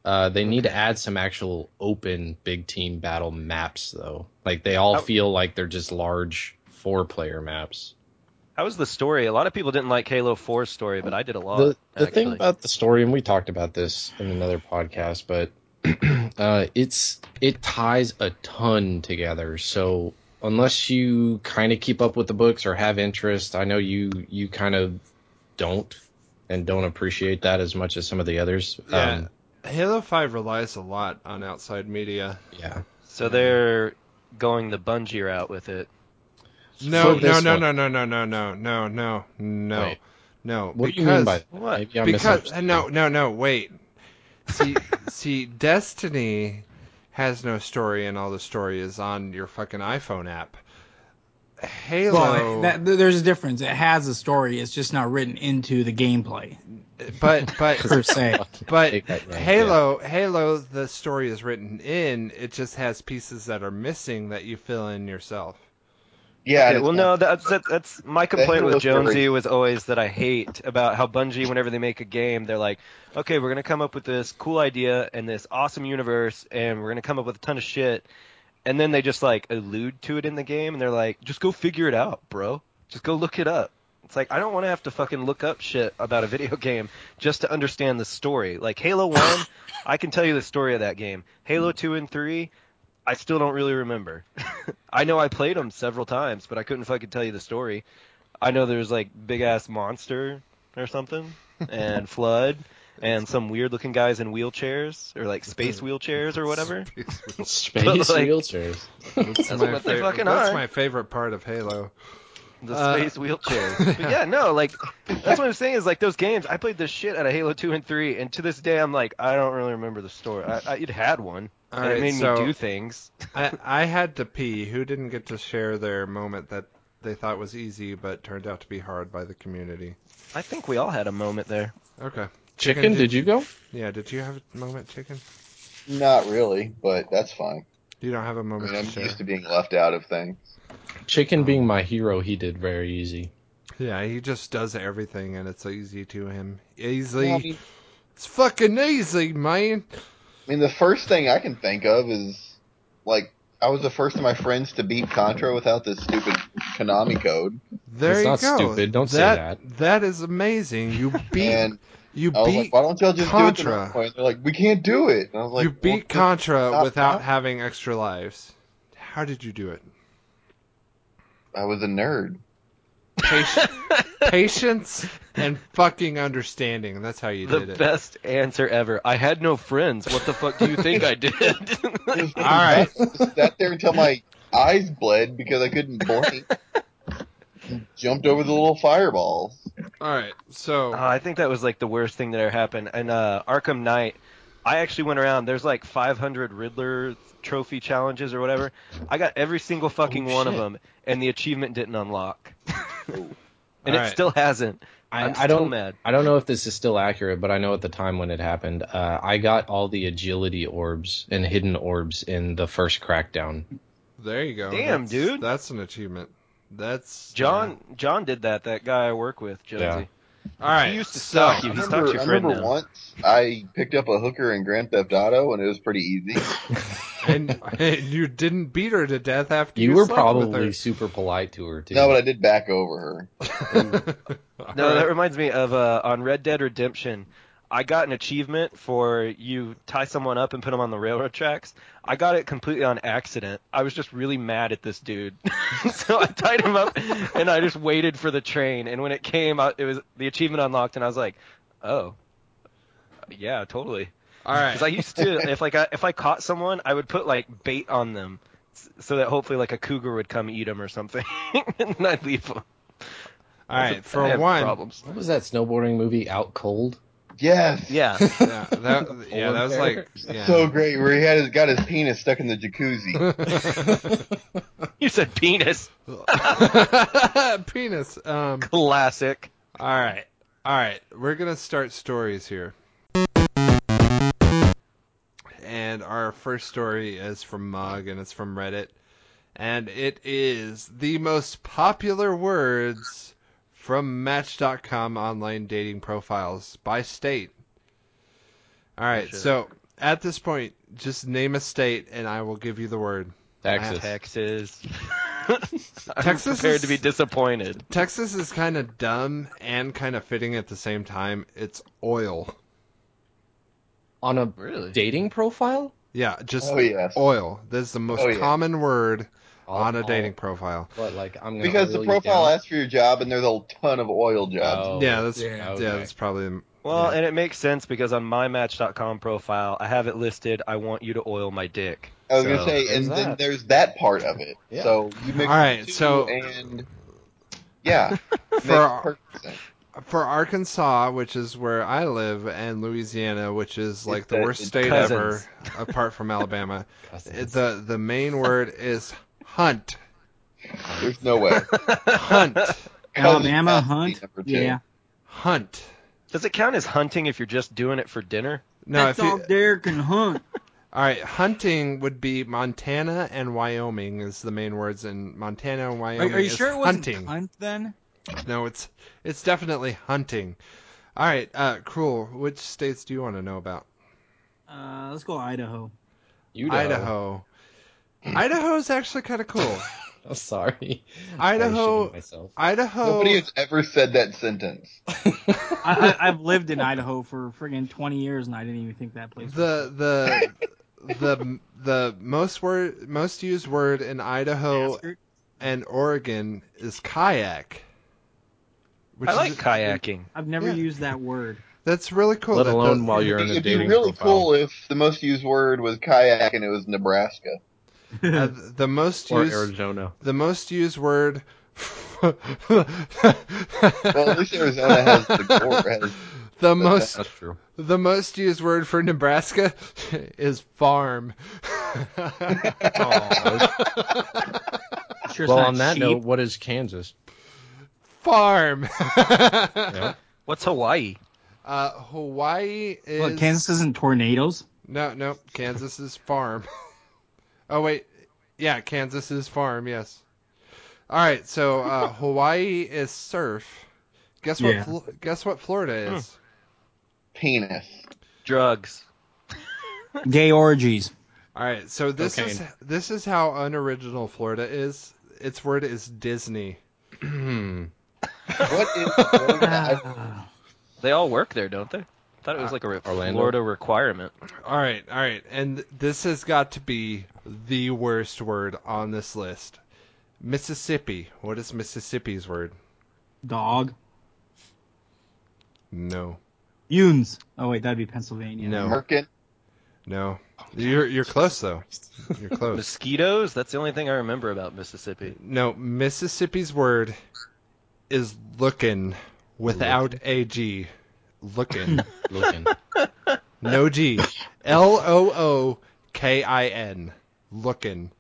Uh, they need to add some actual open Big Team battle maps, though. Like they all
How-
feel like they're just large four-player maps.
How was the story? A lot of people didn't like Halo 4's story, but I did a lot.
the, the thing
actually.
about the story and we talked about this in another podcast but uh, it's it ties a ton together so unless you kind of keep up with the books or have interest i know you you kind of don't and don't appreciate that as much as some of the others um,
Halo 5 relies a lot on outside media.
yeah
so they're going the bungee route with it.
No,
For
no,
this
no,
one.
no, no, no, no, no, no, no, no,
Wait.
no.
what
because,
do you mean by that?
What?
Maybe I
because
misunderstood.
no, no, no. Wait. See, see, Destiny has no story, and all the story is on your fucking iPhone app. Halo.
Well, that, there's a difference. It has a story. It's just not written into the gameplay
but but
per se.
but
Take that, Ryan,
Halo Halo the story is written in. It just has pieces that are missing that you fill in yourself.
Yeah.
Okay,
and
well,
it's
no, that's that, that's my complaint
Halo
with Jonesy
story.
was always that I hate about how Bungie, whenever they make a game, they're like, okay, we're gonna come up with this cool idea and this awesome universe, and we're gonna come up with a ton of shit, and then they just like allude to it in the game, and they're like, just go figure it out, bro. Just go look it up. It's like I don't want to have to fucking look up shit about a video game just to understand the story. Like Halo One, I can tell you the story of that game. Halo Two and Three, I still don't really remember. I know I played them several times, but I couldn't fucking tell you the story. I know there's like big ass monster or something, and flood, and some weird looking guys in wheelchairs or like space wheelchairs or whatever.
space
like-
wheelchairs
That's, my
what they
favorite-
fucking
that's
are.
my favorite part of Halo.
The
Uh,
space wheelchair. But yeah, no, like that's what I'm saying is like those games. I played the shit out of Halo Two and Three, and to this day I'm like I don't really remember the story. I, I, it had one, and
Alright,
it made
so-
me do things.
I, I had to pee. Who didn't get to share their moment that they thought was easy but turned out to be hard by the community?
I think we all had a moment there.
Okay.
chicken did you go
Yeah, did you have a moment, chicken?
Not really, but that's fine.
You don't have a
I
moment
mean, I'm
to share.
used to being left out of things.
chicken being my hero he did very easy
Yeah, he just does everything and it's easy to him. Easily. It's fucking easy, man.
I mean, the first thing I can think of is like I was the first of my friends to beat Contra without this stupid Konami code,
There
That's
you
not
go.
stupid. Don't say
That is amazing. You beat
and
you
I was
beat
like, "Why don't y'all just do it?" The
Contra.
normal way?" And they're like, "We can't do it." And I was like,
you
"Well,
beat
just
Contra
stop
without
now."
having extra lives. How did you do it?
I was a nerd.
Patience, patience and fucking understanding. That's how you
The
did it.
best answer ever. I had no friends. What the fuck do you think I did? Like,
All right.
Just sat there until my eyes bled because I couldn't blink. And Jumped over the little fireballs.
All right. So
Oh, I think that was like the worst thing that ever happened. And uh, Arkham Knight, I actually went around. There's like 500 Riddler trophy challenges or whatever. I got every single fucking
Oh,
one of
shit.
them, and the achievement didn't unlock. and it
Alright.
still hasn't. I'm
I,
still
I don't.
mad.
I don't know if this is still accurate, but I know at the time when it happened, uh, I got all the agility orbs and hidden orbs in the first crackdown.
there you go.
Damn,
That's-
dude.
That's an achievement. That's
John John did that. That guy I work with, Jonesy.
Yeah.
All right.
He used to
so,
stalk you.
I
He's
remember,
not your
I
friend
remember
now.
once I picked up a hooker in Grand Theft Auto, and it was pretty easy.
and, and you didn't beat her to death after you,
You were
slept
probably
with
super polite to her too.
No, but I did back over her.
her.
No, that reminds me of uh, on Red Dead Redemption. I got an achievement for you tie someone up and put them on the railroad tracks. I got it completely on accident. I was just really mad at this dude, so I tied him up and I just waited for the train. And when it came, I, it was the achievement unlocked, and I was like, "Oh, yeah, totally."
All right.
Because I used to, if like I, if I caught someone, I would put like bait on them, s- so that hopefully like a cougar would come eat them or something, and then I'd leave them.
All right.
I
For
have
one,
problems.
what was that snowboarding movie? Out cold.
Yes.
Yeah.
yeah, that, yeah, that was
Over there.
like yeah.
So great, where he had his, got his penis stuck in the jacuzzi.
You said penis.
penis. Um.
Classic.
All right. All right. We're gonna start stories here. And our first story is from Mug, and it's from Reddit, and it is the most popular words from Match.com online dating profiles by state. All right.
Sure.
So at this point, just name a state, and I will give you the word.
Texas.
Texas. I'm
Texas
prepared
is-
to be disappointed.
Texas is kind of dumb and kind of fitting at the same time. It's oil.
on a
Really?
dating profile
Yeah, just
Oh yes.
oil. That's the most
Oh, yeah.
common word
All-
on a
all-
dating profile.
What Oh, like I'm gonna
Because
oil
the
you
profile
down?
asks for your job, and there's a ton of oil jobs.
Oh,
yeah, that's yeah,
yeah,
okay.
that's probably
Well,
Yeah.
and it makes sense because on my Match.com profile, I have it listed. I want you to oil my dick.
I was
So,
gonna say,
Oh, there's
and then
that.
there's that part of it.
Yeah.
So you mix
All right,
the two
so-
and yeah,
For-
makes perfect sense.
for Arkansas, which is where I live, and Louisiana, which is like the
the-
worst
it's
state
cousins.
ever, apart from Alabama.
Cousins.
the the main word is hunt.
There's no way.
Hunt.
Alabama
Cousins has
Hunt.
to be number two.
Yeah,
Hunt.
Does it count as hunting if you're just doing it for dinner?
No,
that's
if you,
all there can hunt.
all right, hunting would be Montana and Wyoming is the main words in Montana and
Are,
Wyoming.
are you
is
sure it wasn't
hunting?
hunt then?
No, it's it's definitely hunting. All right, uh, cool. Which states do you want to know about?
Uh, let's go Idaho.
you know.
Idaho. Idaho's actually kind of cool.
I'm sorry. I
Idaho.
shamed myself.
Idaho.
Nobody has ever said that sentence.
I, I, I've lived in Idaho for friggin' 20 years, and I didn't even think that place. was
The the the the most word most used word in Idaho
Basket.
and Oregon is kayak. Which
I like
is,
kayaking.
I've never
Yeah.
used that word.
that's really cool.
Let
that
alone
the-
while you're in a
It'd be
dating
really
profile.
cool if the most used word was kayak and it was Nebraska.
uh, the most
Or
used
Arizona.
the most used word. well,
Well, at least Arizona has the gore. Has,
The most
That's true.
the most used word for Nebraska is farm.
Sure it's
Well,
not
on that
sheep.
note, what is Kansas?
farm.
Yeah.
What's Hawaii?
Uh, Hawaii is
Look, Kansas isn't tornadoes.
No, no, Kansas is farm. oh wait, yeah, Kansas is farm. Yes. All right, so uh, Hawaii is surf. Guess what?
Yeah.
Flo- guess what Florida is?
penis.
drugs.
Gay orgies.
All right, so this is
Cocaine.
this is how unoriginal Florida is. Its word is Disney.
What is Florida?
They all work there, don't they? I thought it was like a re-
Uh, Orlando?
Florida requirement.
All right, all right, and this has got to be the worst word on this list. Mississippi. What is Mississippi's word?
Dog.
No,
Yunes. Oh wait, that'd be Pennsylvania.
I-
No.
Merkin.
no. You're you're close though. You're close.
Mosquitoes? That's the only thing I remember about Mississippi.
No, Mississippi's word is looking without a G. Looking.
Looking.
No G. L O O K I N. Looking.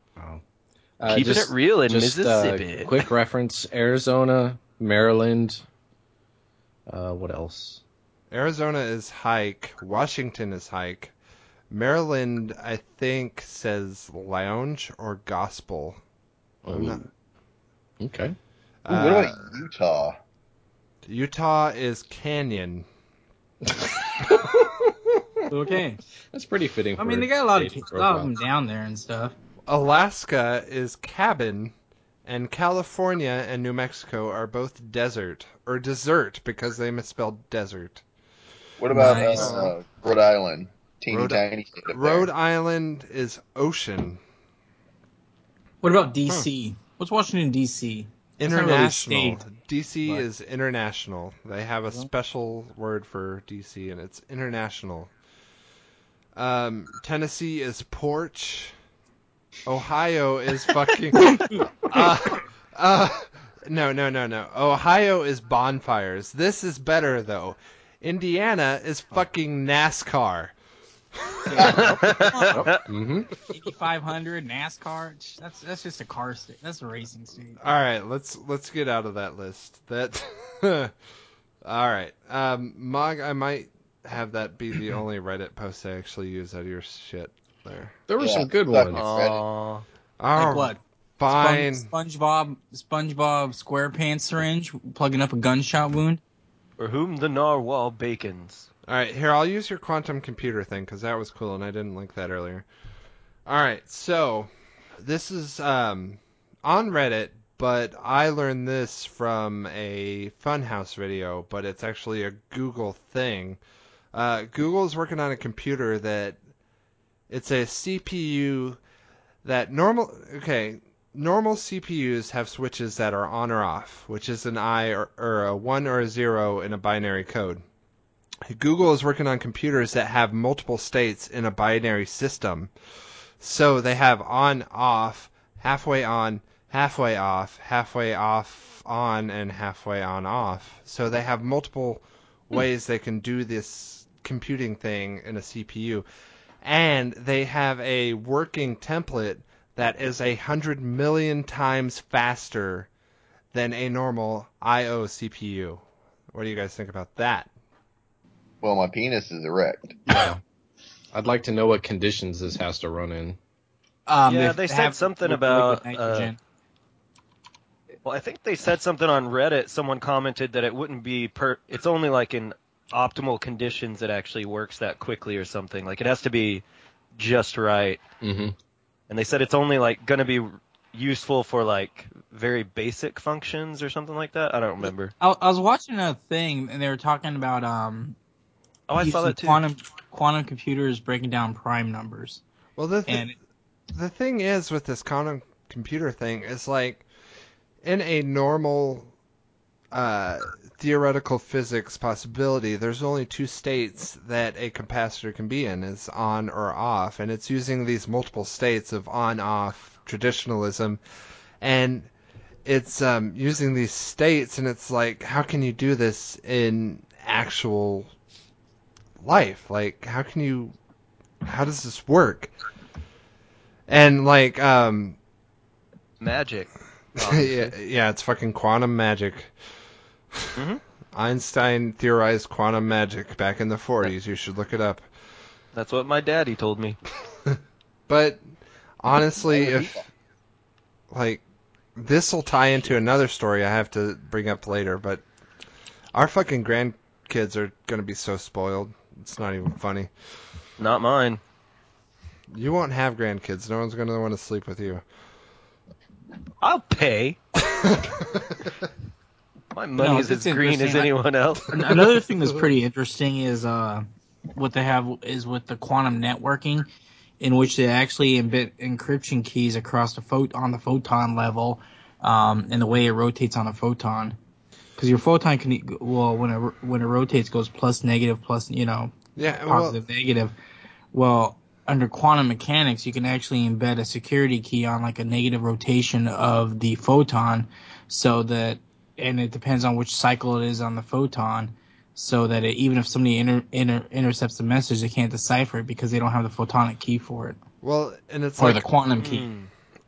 Uh,
Keeping
just-
it real in
just, uh,
Mississippi.
quick reference: Arizona, Maryland. Uh, what else?
Arizona is hike. Washington is hike. Maryland, I think, says lounge or gospel. I'm not-
Okay.
Ooh, what about Utah?
Uh, Utah is canyon.
Okay.
That's pretty fitting.
I
for
mean, they got a lot of um,
Dave's
a lot of
profile.
them down there and stuff.
Alaska is cabin. And California and New Mexico are both desert. Or desert because they misspelled desert.
What about
Nice.
uh, uh, Rhode Island? Teeny
Rhode-
tiny state up
Rhode
there.
Island is ocean.
What about D.C.? What's Washington D.C.? That's not really
international.
state,
DC
but-
is international. They have a special word for DC, and it's international. Um, Tennessee is porch. Ohio is fucking. uh, uh, no, no, no, no. Ohio is bonfires. This is better though. Indiana is
Oh.
fucking NASCAR.
Mm-hmm.
Mhm.
8500 NASCAR. Sh- That's that's just a car state. That's a racing state.
All right, let's let's get out of that list. That all right, um, Mog. I might have that be the only Reddit post I actually use out of your shit there.
There were
Yeah,
some good
fuck.
ones.
Uh,
Aw.
Oh,
Like what?
fine.
Spon- SpongeBob, SpongeBob SquarePants syringe plugging up a gunshot wound.
Or whom the narwhal bacons.
All right, here I'll use your quantum computer thing because that was cool and I didn't like that earlier. All right, so this is um, on Reddit, but I learned this from a Funhouse video, but it's actually a Google thing. Uh, Google's working on a computer that it's a CPU that normal okay normal CPUs have switches that are on or off, which is an I or, or a one or a zero in a binary code. Google is working on computers that have multiple states in a binary system. So they have on, off, halfway on, halfway off, halfway off, on, and halfway on, off. So they have multiple ways they can do this computing thing in a CPU. And they have a working template that is a hundred million times faster than a normal IO CPU. What do you guys think about that?
Well, my penis is erect.
I'd like to know what conditions this has to run in.
Um,
Yeah,
if
they said
have
something
liquid
about,
nitrogen.
Well, I think they said something on Reddit. Someone commented that it wouldn't be per. It's only like in optimal conditions it actually works that quickly or something. Like it has to be just right.
hmm
And they said it's only like going to be useful for like very basic functions or something like that. I don't remember.
I, I was watching a thing and they were talking about um
Oh, I saw
using
that too.
quantum quantum computers breaking down prime numbers
Well, the thi-
and
the thing is with this quantum computer thing is like in a normal uh, theoretical physics possibility, there's only two states that a capacitor can be in: it's on or off, and it's using these multiple states of on-off traditionalism, and it's um, using these states, and it's like, how can you do this in actual life? Like, how can you? How does this work? And like, um,
Magic.
yeah, yeah, it's fucking quantum magic.
Mhm.
Einstein theorized quantum magic back in the 40s. You should look it up.
That's what my daddy told me.
But honestly, if like this will tie into another story I have to bring up later, but our fucking grandkids kids are gonna be so spoiled. It's not even funny.
Not mine.
You won't have grandkids. No one's gonna want to sleep with you.
I'll pay. My money
No,
is
it's
as green as
interesting. I-
anyone else.
An- Another thing that's pretty interesting is uh, what they have is with the quantum networking, in which they actually embed encryption keys across the phot- on the photon level, um, and the way it rotates on a photon, because your photon can e- well when it ro- when it rotates goes plus negative plus you know
Yeah, well,
positive negative. Well, under quantum mechanics, you can actually embed a security key on like a negative rotation of the photon, so that and it depends on which cycle it is on the photon, so that it, even if somebody inter, inter, intercepts the message, they can't decipher it because they don't have the photonic key for it
well, and it's
or
like
the quantum key.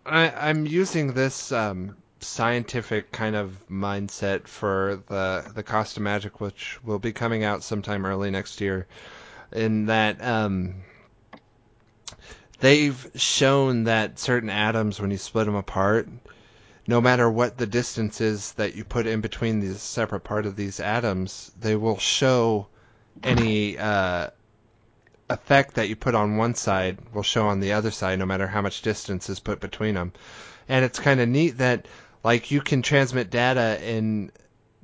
I, I'm using this um, scientific kind of mindset for the the cost of magic, which will be coming out sometime early next year. In that um, they've shown that certain atoms, when you split them apart, no matter what the distance is that you put in between these separate part of these atoms, they will show any uh, effect that you put on one side will show on the other side, no matter how much distance is put between them. And it's kind of neat that like you can transmit data in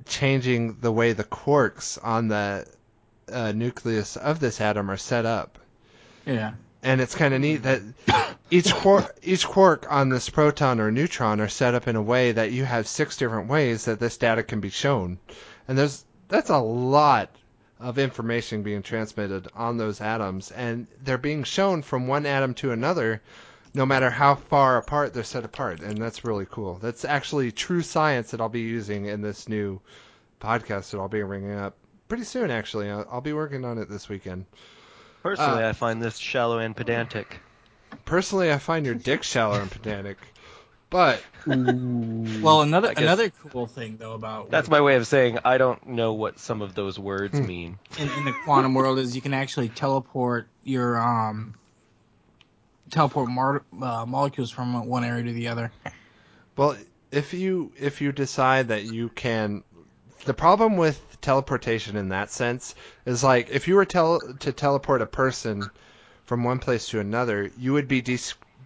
changing the way the quarks on the uh, nucleus of this atom are set up
Mm.
Yeah.
and it's kind of neat that each quark, each quark on this proton or neutron are set up in a way that you have six different ways that this data can be shown, and there's that's a lot of information being transmitted on those atoms, and they're being shown from one atom to another, no matter how far apart they're set apart, and that's really cool. That's actually true science that I'll be using in this new podcast that I'll be bringing up pretty soon. Actually, I'll, I'll be working on it this weekend.
Personally, I find this shallow and pedantic.
Personally, I find your dick shallow and pedantic. But
Well, another
Mm. I guess-
another cool thing though about
That's my way of saying I don't know what some of those words
Hmm.
mean.
in, in the quantum world is you can actually teleport your um teleport mar- uh, molecules from one area to the other.
well, if you if you decide that you can, the problem with teleportation in that sense is like if you were tel- to teleport a person from one place to another, you would be de-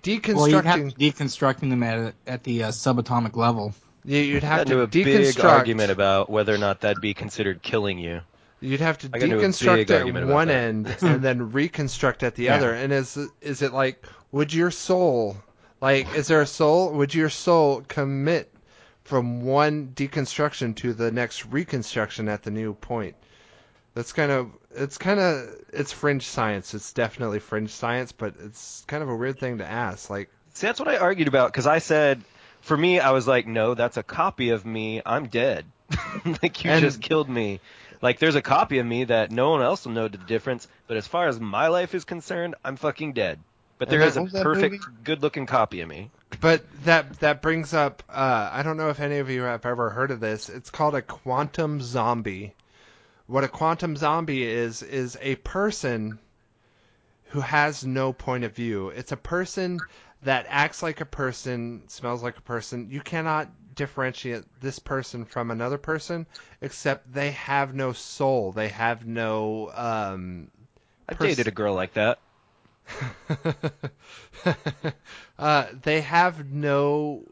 deconstructing.
Well, you'd have to deconstructing them at at the uh, subatomic level.
you- you'd have
Got
to
into a
deconstruct.
big argument about whether or not that'd be considered killing you.
You'd have to
I got into a
deconstruct
big
at
argument about
one
that.
end and then reconstruct at the other. And is is it like would your soul like is there a soul? Would your soul commit from one deconstruction to the next reconstruction at the new point? That's kind of it's kind of it's fringe science. It's definitely fringe science, but it's kind of a weird thing to ask. Like
See, that's what I argued about because I said, for me, I was like, no, that's a copy of me. I'm dead. like you
And-
just killed me. Like there's a copy of me that no one else will know the difference. But as far as my life is concerned, I'm fucking dead. But
And
there
that-
is a
what was that
perfect, good-looking copy of me.
But that that brings up. Uh, I don't know if any of you have ever heard of this. It's called a quantum zombie. What a quantum zombie is is a person who has no point of view. It's a person that acts like a person, smells like a person. You cannot differentiate this person from another person, except they have no soul. They have no. Um,
I
Pers-
dated a girl like that.
uh, they have no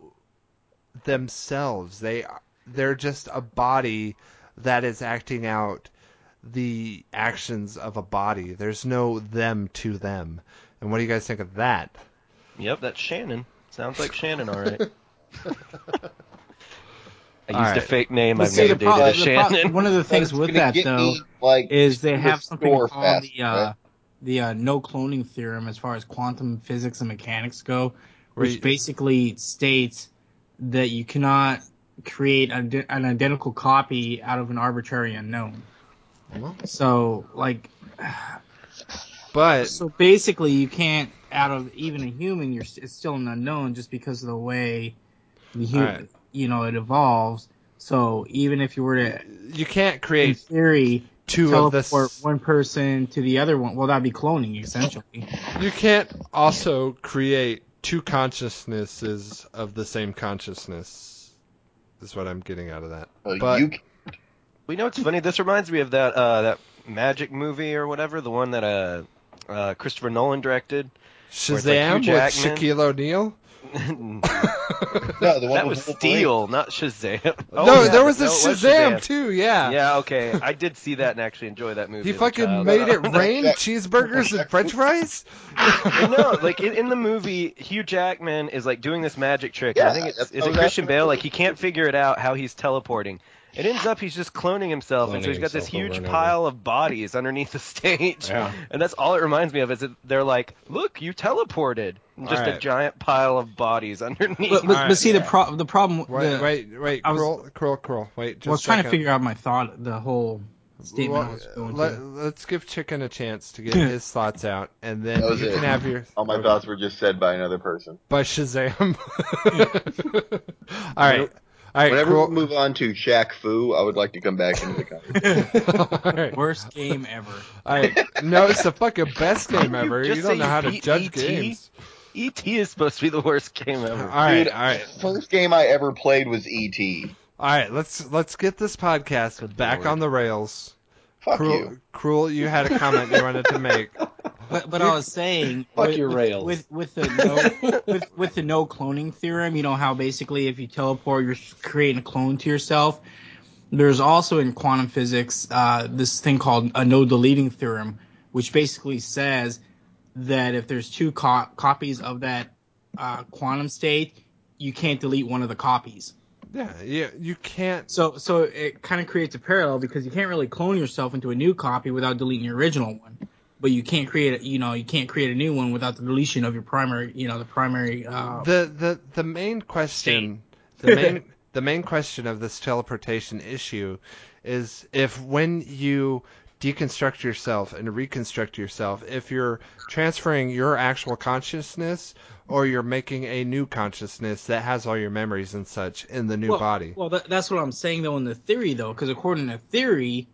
themselves. They they're just a body that is acting out the actions of a body. There's no them to them. And what do you guys think of that?
Yep, that's Shannon. Sounds like Shannon, all right. I used
All
a
right.
fake name.
But
I've
see,
never
the
dated
pro-
a
the pro-
Shannon.
one of the things
It's
with
gonna
that
get
though
me, like
is they
to
have
the
something called
store fast,
the uh,
right?
the uh, no cloning theorem as far as quantum physics and mechanics go,
Where
which
you-
basically states that you cannot create ide- an identical copy out of an arbitrary unknown.
Well-
So, like,
But
so basically, you can't out of even a human, you're s- it's still an unknown just because of the way the human,
Alright.
you know, it evolves. So even if you were to,
you can't
in
create
theory,
two of
teleport
the s-
one person to the other one, well, that'd be cloning essentially.
you can't also create two consciousnesses of the same consciousness. Is what I'm getting out of that.
Uh,
But
you
We know it's funny. This reminds me of that uh, that magic movie or whatever, the one that uh, uh, Christopher Nolan directed. Where it's like
Shazam
Hugh
with
Jackman.
Shaquille O'Neal.
No, the one with
that was
Wolverine.
Steel, not Shazam. Oh,
no,
yeah,
there was a
no, it
Shazam, too. Yeah.
Yeah, okay. I did see that and actually enjoy that movie.
He
uh,
as a
fucking
child.
made it rain
Yeah.
cheeseburgers and French fries.
no, like in, in the movie, Hugh Jackman is like doing this magic trick. and I
Yeah,
think it's
that's what
is it
I was
Christian
asking
Bale.
about.
Like he can't figure it out how he's teleporting. It ends up he's just cloning himself, and so
Cloning
he's got this
himself over
huge
and over.
pile of bodies underneath the stage.
Yeah.
And that's all it reminds me of is that they're like, "Look, you teleported!" And just a
Alright.
giant pile of bodies underneath.
But, but,
Alright,
but see the pro- the problem.
Wait,
the-
wait, wait.
I was-
Curl, curl, curl. Wait, just
well, I was
a
trying to
second.
figure out my thought. The whole statement I
Well,
was going
let,
to.
us give Chicken a chance to get his thoughts out, and then
That was
you
it.
can have your
All my thoughts were just said by another person.
by Shazam. all right, all right,
Whenever
cool.
we move on to Shaq Fu, I would like to come back into the conversation.
all right, all
Worst game ever.
right. No, it's the fucking best game
You
ever. You,
just
don't
say
know
you
how to
beat
E
judge
ET?
games.
ET E is supposed to be the worst game
All
Uh,
ever.
right,
Dude,
all right,
First game I ever played was E E.T.
all right. Let's let's get this podcast back
lord.
on the rails.
Fuck
cruel,
you.
cruel. You had a comment you wanted to make.
But but I was saying,
Fuck
with,
your
with-
rails.
With with the no with, with the no cloning theorem, you know how basically if you teleport, you're creating a clone to yourself. There's also in quantum physics uh, this thing called a no deleting theorem, which basically says that if there's two co- copies of that uh, quantum state, you can't delete one of the copies.
Yeah, yeah. You can't
So so it kind of creates a parallel because you can't really clone yourself into a new copy without deleting your original one. But you can't create a, you know you can't create a new one without the deletion of your primary you know the primary. Uh,
the the the main question the main the main question of this teleportation issue is if when you deconstruct yourself and reconstruct yourself if you're transferring your actual consciousness or you're making a new consciousness that has all your memories and such in the new
well,
body
Well, that, that's what I'm saying though in the theory though because according to theory,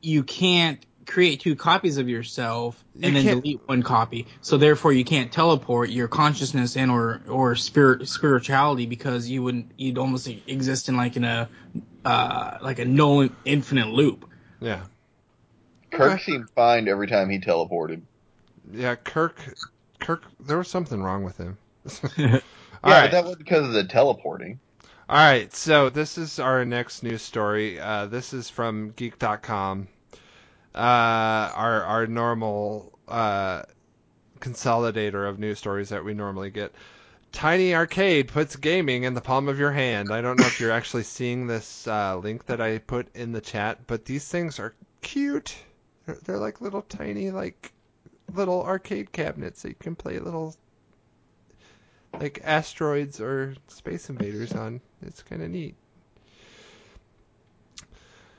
you can't create two copies of yourself and
You
then
can't-
delete one copy. So therefore you can't teleport your consciousness and or or spirit spirituality because you wouldn't you'd almost exist in like in a uh, like a no infinite loop.
yeah
Kirk seemed fine every time he teleported.
yeah kirk kirk there was something wrong with him
Yeah,
All right.
but that was because of the teleporting.
All right, so this is our next news story. Uh, this is from Geek.com. Uh, our our normal uh, consolidator of news stories that we normally get. Tiny Arcade puts gaming in the palm of your hand. I don't know if you're actually seeing this uh, link that I put in the chat, but these things are cute. They're, they're like little tiny like little arcade cabinets that you can play little like asteroids or space invaders on. It's kind of neat.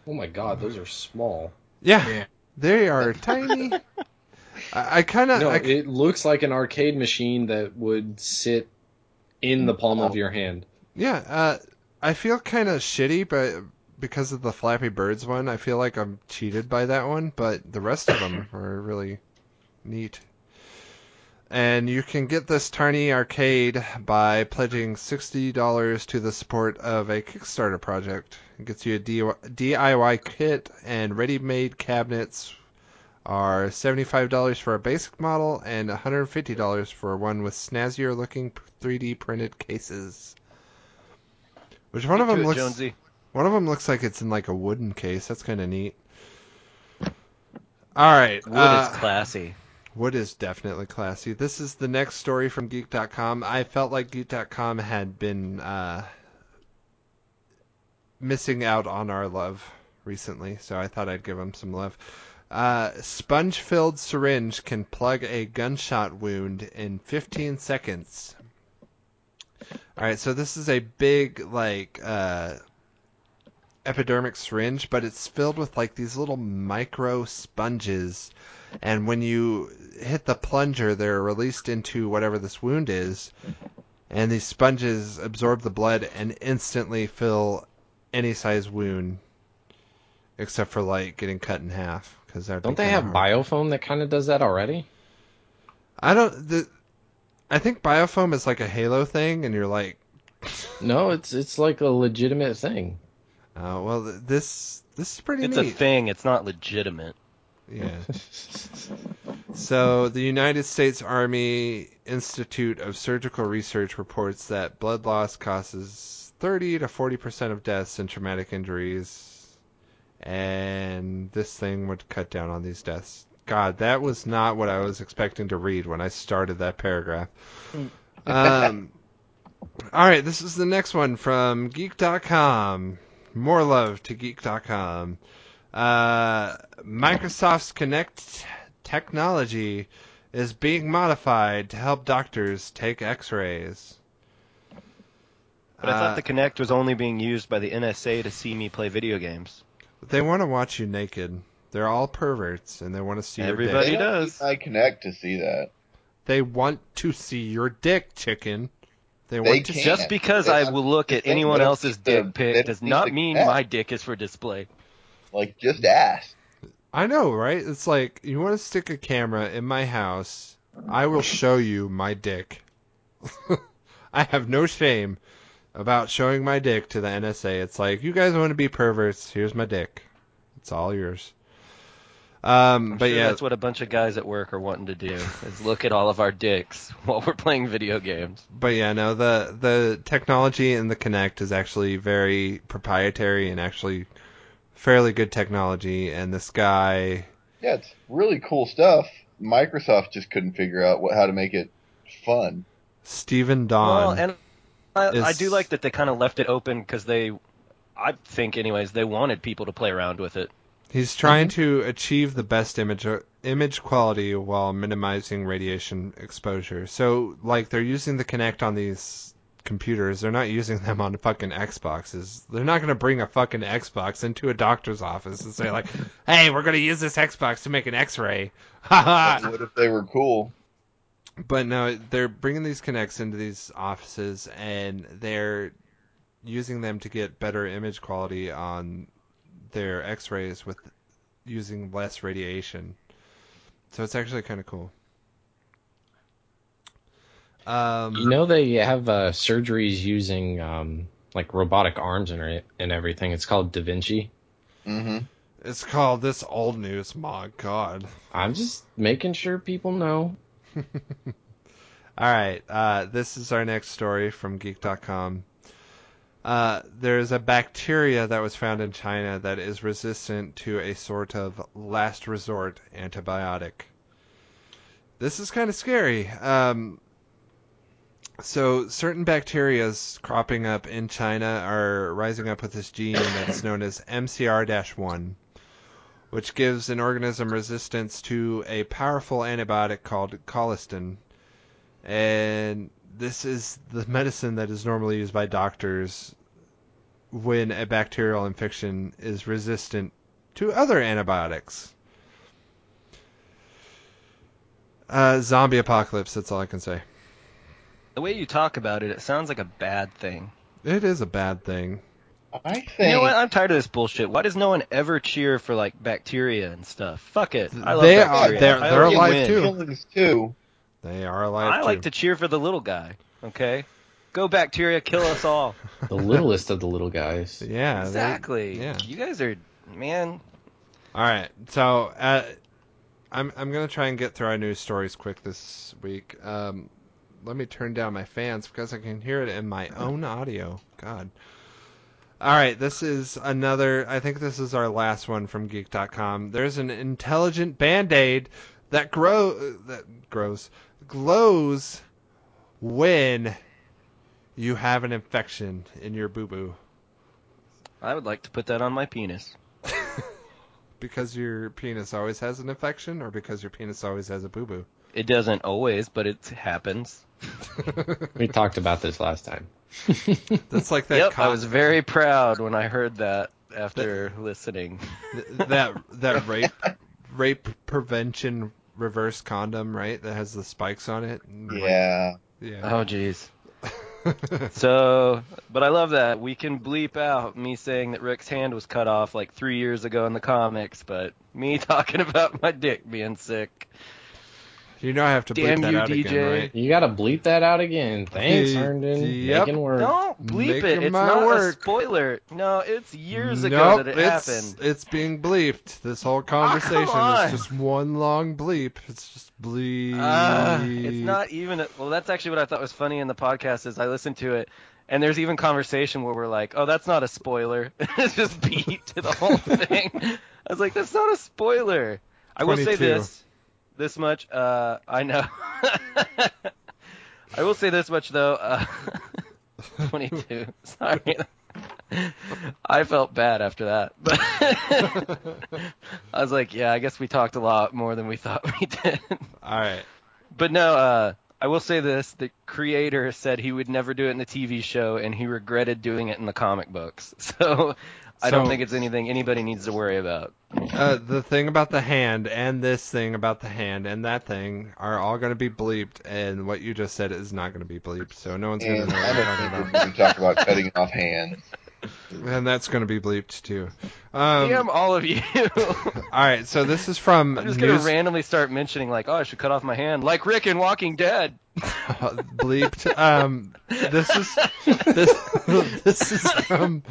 Oh my god, those are small.
Yeah,
Yeah.
they are tiny. I, I kind of
No,
I,
it looks like an arcade machine that would sit in the palm of your hand.
yeah. Uh, I feel kind of shitty, but because of the Flappy Birds one, I feel like I'm cheated by that one. But the rest of them are really neat. And you can get this tiny arcade by pledging sixty dollars to the support of a Kickstarter project. It gets you a DIY kit and ready-made cabinets are $75 for a basic model and $150 for one with snazzier looking 3D printed cases. Which one of
Get
them
to it,
looks
Jonesy.
one of them looks like it's in like a wooden case. That's kind of neat. All right.
Wood
uh,
is classy.
Wood is definitely classy. This is the next story from Geek.com. I felt like Geek.com had been uh, missing out on our love recently, so I thought I'd give them some love. Uh, sponge filled syringe can plug a gunshot wound in 15 seconds. Alright, so this is a big, like, uh, epidermic syringe, but it's filled with, like, these little micro sponges and when you hit the plunger, they're released into whatever this wound is, and these sponges absorb the blood and instantly fill any size wound, except for like getting cut in half. Because
Don't they have biofoam that kind of does that already?
I don't. The, I think biofoam is like a halo thing, and you're like,
No, it's it's like a legitimate thing.
Uh, well, th- this this is pretty
It's a
neat.
thing. It's not legitimate.
Yeah. So, the United States Army Institute of Surgical Research reports that blood loss causes 30 to 40% of deaths and traumatic injuries. And this thing would cut down on these deaths. God, that was not what I was expecting to read when I started that paragraph.
Mm.
Um, all right, this is the next one from Geek.com. More love to Geek.com. Uh, Microsoft's Connect technology is being modified to help doctors take X-rays.
But I
Uh,
thought the Kinect was only being used by the NSA to see me play video games.
They want to watch you naked. They're all perverts, and they want to see your
Everybody
dick.
They don't
does.
need My connect to see that.
They want to see your dick, chicken. They want
They
to see.
can't.
Just because
They-
I will look
they
at
don't
anyone
need
else's
the-
dick
they
pic
don't
does
need
not
the
mean
Kinect.
my dick is for display.
Like, just ask.
I know, right? It's like you want to stick a camera in my house. I will show you my dick. I have no shame about showing my dick to the NSA. It's like you guys want to be perverts. Here's my dick. It's all yours. Um,
I'm
but
sure
yeah,
that's what a bunch of guys at work are wanting to do is look at all of our dicks while we're playing video games.
but yeah, no, the the technology in the Kinect is actually very proprietary and actually fairly good technology. And this guy,
Yeah, it's really cool stuff. Microsoft just couldn't figure out what, how to make it fun.
Stephen Don,
Well, and I, I
is-
do like that they kind of left it open because they, I think, anyways, they wanted people to play around with it.
He's trying
Mhm.
to achieve the best image image quality while minimizing radiation exposure. So, like, they're using the Kinect on these computers. They're not using them on fucking Xboxes. They're not going to bring a fucking Xbox into a doctor's office and say like, "Hey, we're going to use this Xbox to make an X-ray." Ha ha.
what if they were cool?
But no, they're bringing these connects into these offices and they're using them to get better image quality on their x-rays with using less radiation. So it's actually kind of cool. Um,
You know they have uh, surgeries using um, like robotic arms and re- and everything. It's called Da Vinci.
hmm
it's called this old news. My God.
I'm just making sure people know.
All right. Uh, this is our next story from Geek.com. Uh, there is a bacteria that was found in China that is resistant to a sort of last resort antibiotic. This is kind of scary. Um, so, certain bacterias cropping up in China are rising up with this gene that's known as MCR 1, which gives an organism resistance to a powerful antibiotic called colistin and this is the medicine that is normally used by doctors when a bacterial infection is resistant to other antibiotics. Uh, zombie apocalypse, that's all I can say.
The way you talk about it, it sounds like a bad thing.
It is a bad thing.
I think.
You know what? I'm tired of this bullshit. Why does no one ever cheer for like bacteria and stuff? Fuck it. I love
They are-
bacteria.
they're-
I
they're
hope you
alive
win.
too.
Feelings too.
They are alive.
I
too.
like to cheer for the little guy. Okay, go bacteria, kill us all.
The littlest of the little guys.
Yeah. they-
exactly.
yeah.
You guys are man.
All right. So uh, I'm I'm gonna try and get through our news stories quick this week. Um, let me turn down my fans because I can hear it in my own audio. God. All right. This is another. I think this is our last one from Geek.com. There's an intelligent Band Aid that grow that grows glows when you have an infection in your boo boo
I would like to put that on my penis.
because your penis always has an infection or because your penis always has a boo boo.
It doesn't always, but it happens.
We talked about this last time.
That's like that.
yep, I
con-
was very proud when I heard that after listening.
th- that that rape rape prevention reverse condom, right? That has the spikes on it. and, like,
Yeah.
yeah.
Oh, jeez. Oh. So, but I love that we can bleep out me saying that Rick's hand was cut off like three years ago in the comics, but me talking about my dick being sick.
You know I have to bleep
Damn
that
you,
out again,
DJ.
right?
You gotta bleep that out again. Thanks,
Y-
Herndon.
yep.
Making work.
Don't bleep
Making
it. It's
my
not a
work.
spoiler. No, it's years ago
nope,
that it
it's,
happened. Ah,
It's being bleeped. This whole conversation
on.
is just one long bleep. It's just bleep.
Ah, it's not even. A, well, that's actually what I thought was funny in the podcast is I listened to it. And there's even conversation where we're like, "Oh, that's not a spoiler." it's just beat to the whole thing. I was like, "That's not a spoiler." I will say
22.
this, this much. Uh, I know. I will say this much though. Uh, 22. Sorry. I felt bad after that. But I was like, yeah, I guess we talked a lot more than we thought we did.
All right.
But no, uh, I will say this: the creator said he would never do it in the TV show, and he regretted doing it in the comic books. So I don't
So-
think it's anything anybody needs to worry about.
Uh, the thing about the hand and this thing about the hand and that thing are all going to be bleeped, and what you just said is not going to be bleeped, so no one's going to
And
know
I
what we're
don't think
talking
we're
about.
going to talk about cutting off hands.
And that's going to be bleeped too. Um,
Damn all of you! I'm
All right, so this is from
just gonna
news
randomly start mentioning like, oh, I should cut off my hand, like Rick in Walking Dead.
bleeped. Um, this is this, this is um, from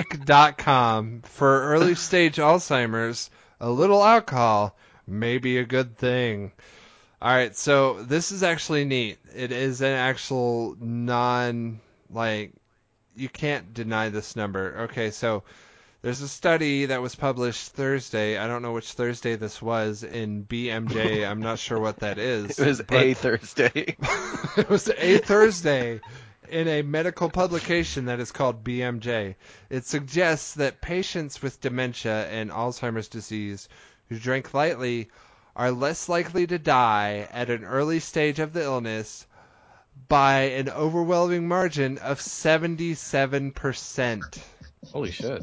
Newsweek.com for early stage Alzheimer's. A little alcohol may be a good thing. All right, so this is actually neat. It is an actual non like you can't deny this number. Okay, so there's a study that was published Thursday. I don't know which Thursday this was in BMJ. I'm not sure what that is.
It was
but-
a Thursday.
it was a Thursday in a medical publication that is called BMJ. It suggests that patients with dementia and Alzheimer's disease who drink lightly are less likely to die at an early stage of the illness by an overwhelming margin of 77%.
Holy shit.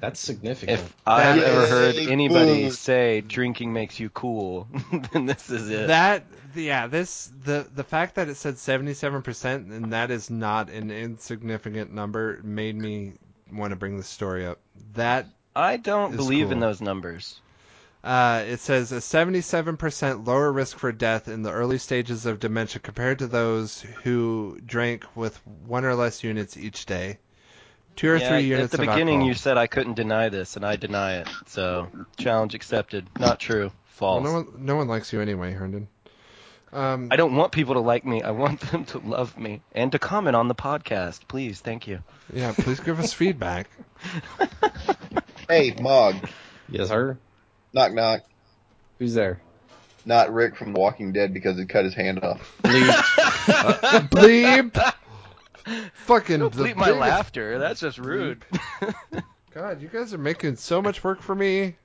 That's significant.
If I've
That
ever
is
heard
a
anybody
boost.
say drinking makes you cool, then this is it.
That yeah, this the the fact that it said seventy seven percent and that is not an insignificant number made me want to bring the story up. That
I don't
is
believe in
cool.
those numbers.
uh, it says a seventy seven percent lower risk for death in the early stages of dementia compared to those who drank with one or less units each day. Two or
Yeah,
three units
at the
of
beginning
alcohol.
you said I couldn't deny this and I deny it. So challenge accepted. Not true.
Well,
False.
no one no one likes you anyway, Herndon. Um,
I don't want people to like me. I want them to love me and to comment on the podcast, please. Thank you.
yeah, please give us feedback.
Hey, Mog,
yes, sir.
knock knock.
Who's there?
Not Rick from The Walking Dead because he cut his hand off.
Bleep.
bleep. Fucking
Don't
the
bleep my
biggest-
laughter. That's just rude.
God, you guys are making so much work for me.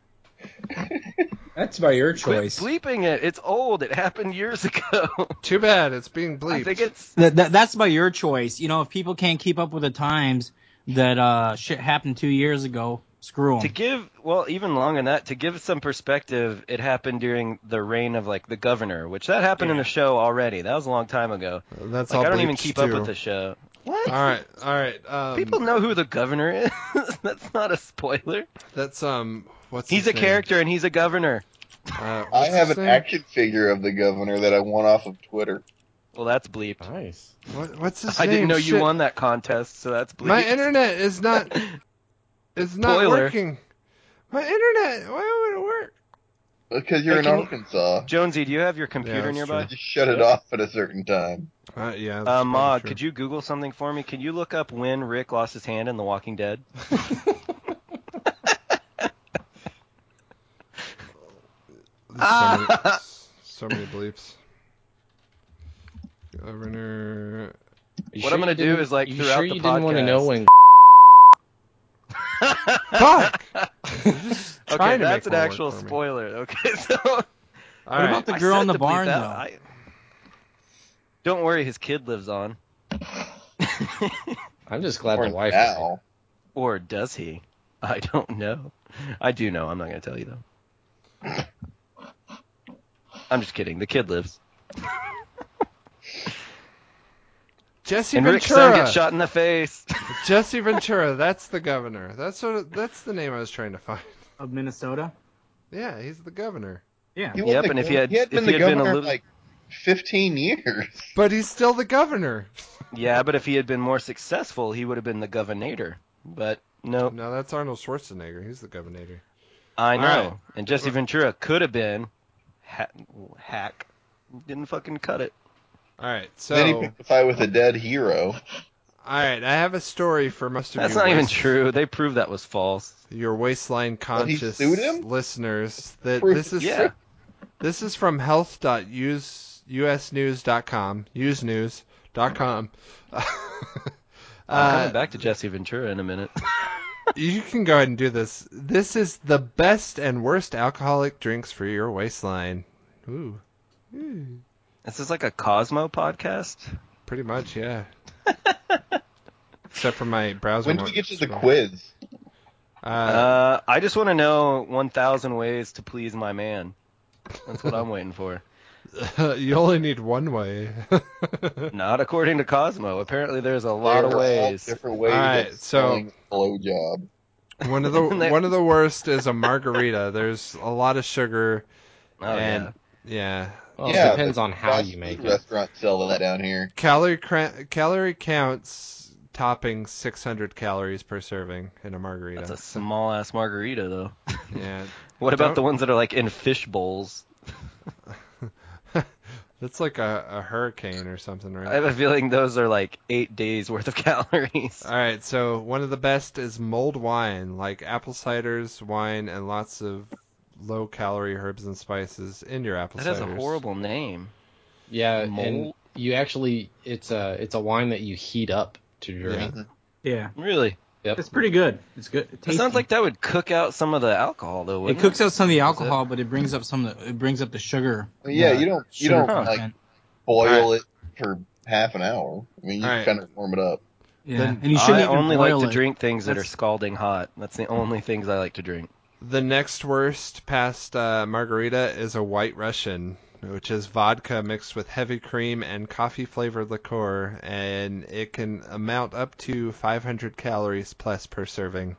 That's by your
Quit
choice.
bleeping it. It's old. It happened years ago.
Too bad it's being bleeped.
I think it's
That, that, that's by your choice. You know, if people can't keep up with the times that uh, shit happened two years ago, screw
to
them.
give well even longer than that to give some perspective it happened during the reign of like the governor which that happened in the show already that was a long time ago
That's all.
like i don't even
bleeped
keep
too.
up with the show what
All right, all right. Um,
People know who the governor is. That's not a spoiler.
That's um. What's
He's
his
a
name?
character and he's a governor.
Uh,
I
what's
have
his
an
name?
action figure of the governor that I won off of Twitter.
Well, that's bleeped.
Nice.
What, what's his
I
name?
didn't know you
Shit.
won that contest, so that's bleeped.
My internet is not. It's not
Spoiler.
working. My internet. Why would it work?
Because you're
Hey,
in
can you-
Arkansas.
Jonesy, do you have your computer
that's
nearby?
Just shut it off at a certain time.
Uh, yeah.
Uh, Mog, could you Google something for me? Can you look up when Rick lost his hand in The Walking Dead?
So many, so many bleeps. Governor.
You
What I'm gonna
you
do
didn't-
is, like,
you
throughout
sure
the
you didn't want to know
podcast-
when
Fuck! You're just
Okay,
trying to
that's
make
an
more work
actual
for me.
spoiler. Okay, so
All
What
right.
about the
I
girl
said
in the
to bleep
barn,
that.
though?
I- Don't worry, his kid lives on.
I'm just glad
Or
the wife is
now.
or does he? I don't know. I do know. I'm not going to tell you though. I'm just kidding. The kid lives.
Jesse
and Rick's son
Ventura.
gets shot in the face.
Jesse Ventura. That's the governor. That's what. That's the name I was trying to find.
Of Minnesota?
Yeah, he's the governor.
Yeah.
He was
Yep,
the
and if
gov-
he had-
he had been
if
the
he had been
governor
a
for
little-
like 15 years.
But he's still the governor.
Yeah, but if he had been more successful, he would have been the governor. But no,
No, that's Arnold Schwarzenegger. He's the governor.
I
All
know.
right.
And Jesse Ventura could have been ha- hack. Didn't fucking cut it.
All right, so
Then he picked a fight with a dead hero.
all right, I have a story for most of
That's
you
not even
waist-
true. They proved that was false.
Your waistline
But he
conscious
sued him?
listeners, that
For-
this is
Yeah.
This is from health.usnews.com, usenews.com.
I'm
Uh,
coming back to Jesse Ventura in a minute.
you can go ahead and do this. This is the best and worst alcoholic drinks for your waistline. Ooh,
this is like a Cosmo podcast.
pretty much, yeah. Except for my browser.
When do we
won't
get to the
scroll.
quiz?
Uh,
Uh, I just want to know 1,000 ways to please my man. That's what I'm waiting for.
you only need one way. All
Not according to Cosmo. Apparently, there's a lot
There
of
are all
ways.
different ways.
right,
of
so
selling a blowjob.
one of the
They-
one of the worst is a margarita. There's a lot of sugar
Oh,
and
yeah.
yeah.
Well,
Yeah,
it depends
but
on how
fast
you
food
make it.
Restaurants sell that down here.
Calorie cra- calorie counts topping 600 calories per serving in a margarita.
That's a small ass margarita, though.
yeah,
What about
Don't-
the ones that are like in fish bowls?
that's like a, a hurricane or something,
I
right?
have a feeling those are like eight days worth of calories.
All right, so one of the best is mulled wine, like apple ciders, wine, and lots of low calorie herbs and spices in your apple
That
ciders.
has a horrible name.
Uh,
Yeah, and
Mold?
you actually it's a it's a wine that you heat up to drink.
Yeah.
Really?
Yep.
It's pretty good. It's good.
It sounds like that would cook out some of the alcohol, though.
It
Wouldn't
cooks out some of the
Is it?
alcohol, but it brings up some of the, it brings up the sugar.
Well, yeah,
the
you don't you
sugar
don't
content.
like boil it for half an hour. I mean, you
All right.
kind of warm it up.
Yeah,
Then
and you shouldn't
I
even
only
boil
like to
it.
drink things that are
That's-
scalding hot. That's the only things I like to drink.
The next worst past uh, margarita is a white Russian, which is vodka mixed with heavy cream and coffee flavored liqueur, and it can amount up to 500 calories plus per serving.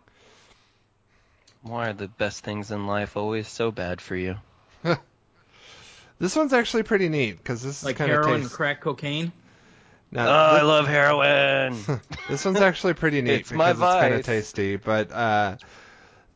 Why are the best things in life always so bad for you?
This one's actually pretty neat because this
Like
is kind of
heroin,
taste.
crack cocaine.
now,
Oh,
thi-
I love heroin.
This one's actually pretty neat
It's my
because it's kind of
vice.
tasty. But uh,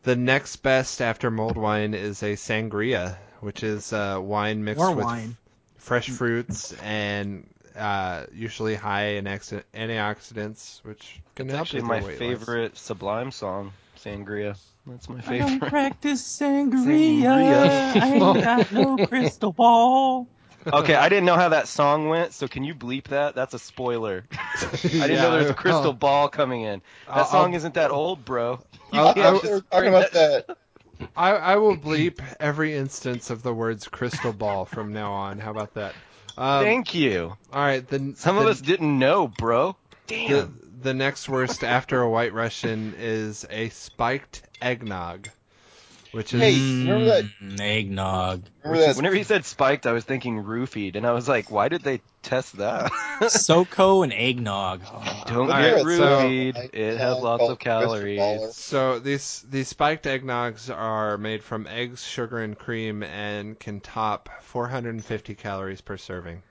the next best after mulled wine is a sangria, which is uh, wine mixed
More
with
wine.
fresh fruits and uh, usually high in ex- antioxidants, which can
It's
help
actually
with
my
your weight
favorite Sublime song, Sangria. That's my
I don't
favorite.
practice sangria.
Sangria.
I ain't got no crystal ball.
okay, I didn't know how that song went, so can you bleep that? That's a spoiler.
loss.
I didn't
Yeah,
know there was
I'll-
a crystal ball coming in. That
I'll-
song isn't that old, bro. You
I'll-
can't
I'll-
We
just
were Uh, talking
bring
about
that-
that.
I, I will bleep every instance of the words crystal ball from now on. How about that? Um,
Thank you.
all right. The,
Some of
the-
us didn't know, bro.
The,
Damn.
the next worst after a white Russian is a spiked eggnog, which is
Hey, remember that-
Mm, eggnog.
Remember that?
Whenever you said spiked, I was thinking roofied, and I was like, why did they test that?
Soco and eggnog.
Don't
All
get
right,
uh,
so-
roofied. it has lots of calories.
so these these spiked eggnogs are made from eggs, sugar, and cream, and can top 450 calories per serving.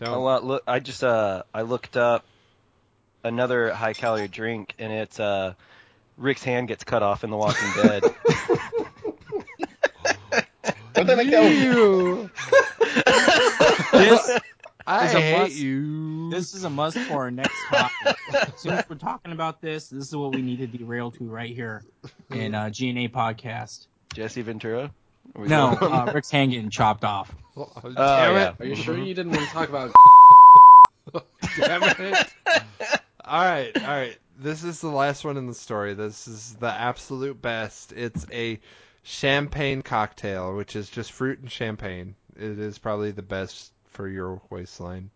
A
So
lot. Look, I just uh, I looked up another high calorie drink, and it's uh, Rick's hand gets cut off in The Walking Dead.
Don't they make that one?
Ew.
This
I
There's a
hate
must-
you.
this is a must for our next topic. Since we're talking about this, this is what we need to derail to right here in uh, GNA podcast.
Jesse Ventura. Are we
No,
going-
uh, Rick's hand getting chopped off.
Oh,
Oh,
damn
yeah.
it!
Are you sure you didn't want to talk about
Damn it! all right, all right. This is the last one in the story. This is the absolute best. It's a champagne cocktail, which is just fruit and champagne. It is probably the best for your waistline.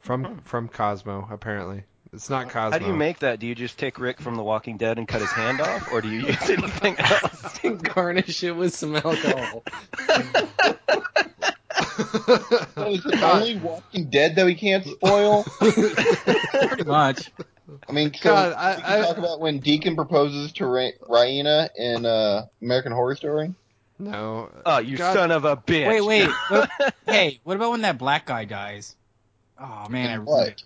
From from Cosmo, apparently. It's not Cosmo.
Hmm. How do you make that? Do you just take Rick from The Walking Dead and cut his hand off, or do you use anything else?
garnish it with some alcohol?
Oh, is it only Walking Dead that we can't spoil?
Pretty much.
I mean, so
God, I-
we can
I-
talk about when Deacon proposes to Ra- Raina in uh, American Horror Story.
No.
Oh, you
God-
son of a bitch!
Wait, wait. what- hey, what about when that black guy dies? Oh man, I ruined
What?
it.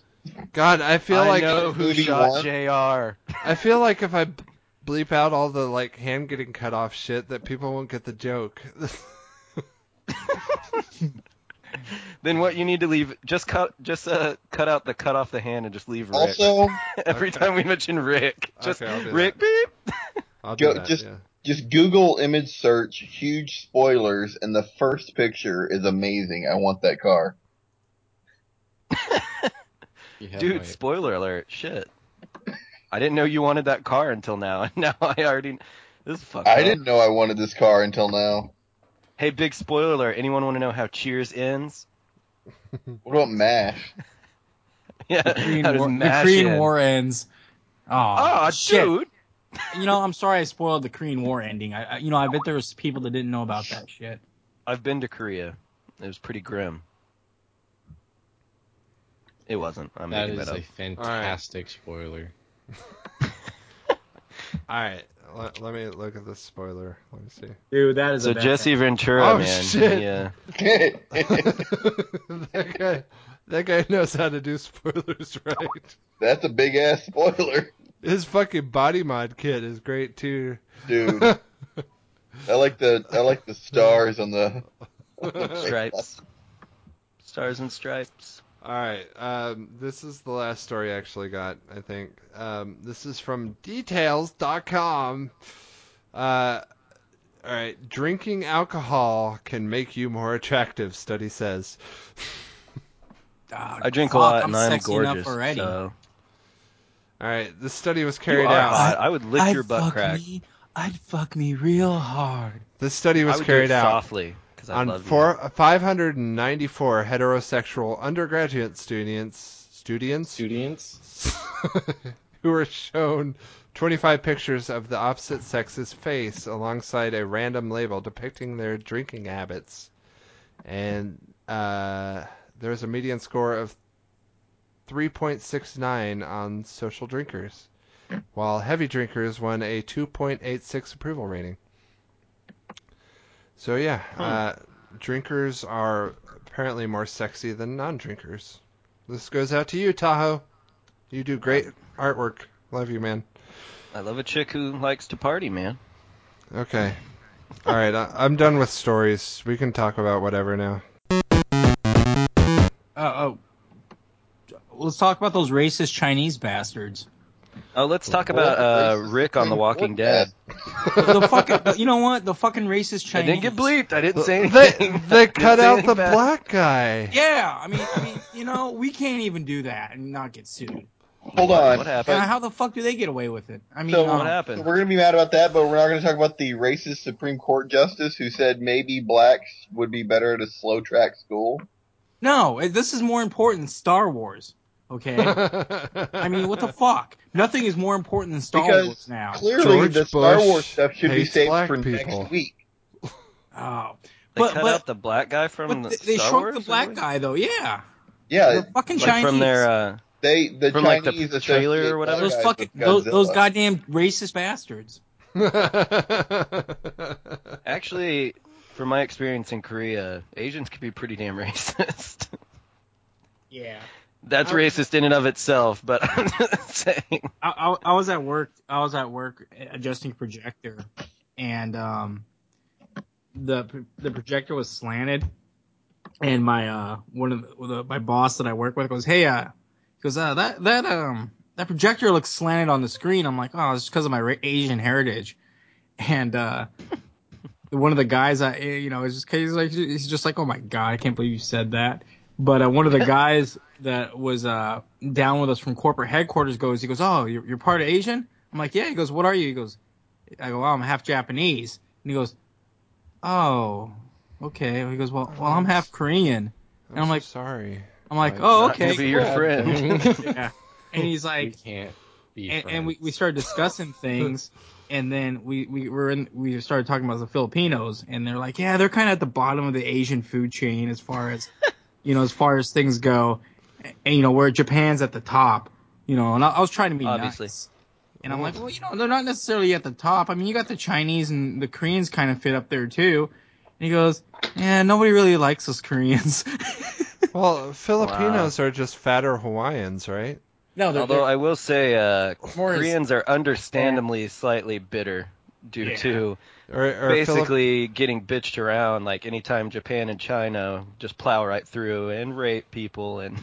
God, I feel
I
like
know who
Movie
shot
one.
Jr.
I feel like if I b- bleep out all the like hand getting cut off shit, that people won't get the joke.
Then what you need to leave? Just cut, just uh, cut out the cut off the hand and just leave Rick.
Also,
Every time we mention Rick, just
Okay, I'll do
Rick beep.
I'll do
Go-
that.
just-
yeah.
just Google image search huge spoilers, and the first picture is amazing. I want that car.
You have
Dude,
my-
spoiler alert! Shit, I didn't know you wanted that car until now, and now I already. This is fucked
I
up.
didn't know I wanted this car until now.
Hey, big spoiler alert! Anyone want to know how Cheers ends?
What about MASH?
Yeah,
The Korean,
how does
War, the
MASH
Korean
end?
War ends. Oh,
Oh,
shit.
dude,
You know, I'm sorry I spoiled the Korean War ending. I, I you know, I bet there was people that didn't know about that shit.
I've been to Korea. It was pretty grim. It wasn't. I'm
that
making that
is
up.
a fantastic spoiler.
All right, let, let me look at this spoiler. Let me see.
Dude, that is
So
a bad
Jesse
thing.
Ventura,
Oh,
man. uh,
shit.
Yeah.
that guy, that guy knows how to do spoilers right.
That's a big ass spoiler,
His fucking body mod kit is great too.
dude. I like the I like the stars on the
Stripes. Stars and stripes.
All right. Um, this is the last story I actually got, I think. Um, this is from details.com. Uh, all right. Drinking alcohol can make you more attractive, study says.
Ah,
I drink
fuck,
a lot
I'm
and I'm
sexy enough
gorgeous.
already.
So
All right. This study was
you
carried
are
out.
hot. I would lick
I'd
your butt
fuck
crack.
Me, I'd fuck me real hard.
This study
I
was
would
carried
do it
out.
softly because I
on
love
four, 594 heterosexual undergraduate students students
Students?
who were shown 25 pictures of the opposite sex's face alongside a random label depicting their drinking habits and uh, there was a median score of 3.69 on social drinkers while heavy drinkers won a 2.86 approval rating so yeah uh, drinkers are apparently more sexy than non-drinkers this goes out to you tahoe you do great artwork love you man
you. I love a chick who likes to party, man.
okay all right I- i'm done with stories we can talk about whatever now
Uh, oh, let's talk about those racist Chinese bastards.
Oh, let's talk
Well,
about
that's
uh,
racist.
Rick on The Walking Dead.
the fucking, you know what? The fucking racist
I didn't
Chinese.
get bleeped. I didn't say
they,
anything.
they cut
say
out
anything
the
bad.
black guy
Yeah, I mean, I mean, you know, we can't even do that and not get sued.
Hold on.
What
And
happened?
how the fuck do they get away with it? I mean,
So-
uh,
What
So
happened?
we're gonna be mad about that, but we're not gonna talk about the racist Supreme Court justice who said maybe blacks would be better at a slow track school.
no, it- this is more important than Star Wars. Okay, I mean, what the fuck? Nothing is more important than Star
Because
Wars now.
Clearly,
George
the Star
Bush
Wars stuff should be
hates
saved
black
for
people.
next week.
Oh,
They
but
cut
but,
out the black guy from
but
the
th- they
Star
shrunk
Wars,
the black
really?
guy though. Yeah,
Yeah,
the fucking
Like
Chinese.
from their uh,
they the
From, like,
Chinese
the trailer or
associate
whatever?
black
those
guys
fucking
with
those, those
Godzilla.
goddamn racist bastards.
Actually, from my experience in Korea, Asians can be pretty damn racist.
Yeah.
That's
I-
racist in and of itself, but I'm just saying.
I, I, I was at work. I was at work uh, adjusting projector, and um, the the projector was slanted, and my uh one of the, the- my boss that I work with goes, hey, uh, he goes, uh, that that um that projector looks slanted on the screen. I'm like, oh, it's because of my ra- Asian heritage, and uh. One of the guys, I you know, is just he's like he's just like, oh my god, I can't believe you said that. But uh, one of the guys that was uh, down with us from corporate headquarters goes, he goes, oh, you're, you're part of Asian? I'm like, yeah. He goes, what are you? He goes, I go, well, I'm half Japanese. And he goes, oh, okay. He goes, well, well, I'm half Korean.
I'm,
I'm like-
so sorry.
I'm like,
Right.
oh,
Not gonna
okay.
be your
cool."
friend.
Yeah. And he's
we
like,
can't be
and,
friends.
and we, we started discussing things and then we, we were in we started talking about the Filipinos and they're like yeah they're kind of at the bottom of the Asian food chain as far as you know as far as things go and you know where Japan's at the top you know and I, I was trying to be
Obviously.
nice. And I'm like, well, you know, they're not necessarily at the top. I mean, you got the Chinese and the Koreans kind of fit up there too. And he goes, yeah, nobody really likes us Koreans.
Well, Filipinos are just fatter Hawaiians, right?
No, they're,
Although I will say, uh,
More is-
Koreans are understandably slightly bitter due
Yeah.
to
Or, or Filip-
basically getting bitched around. Like anytime Japan and China just plow right through and rape people, and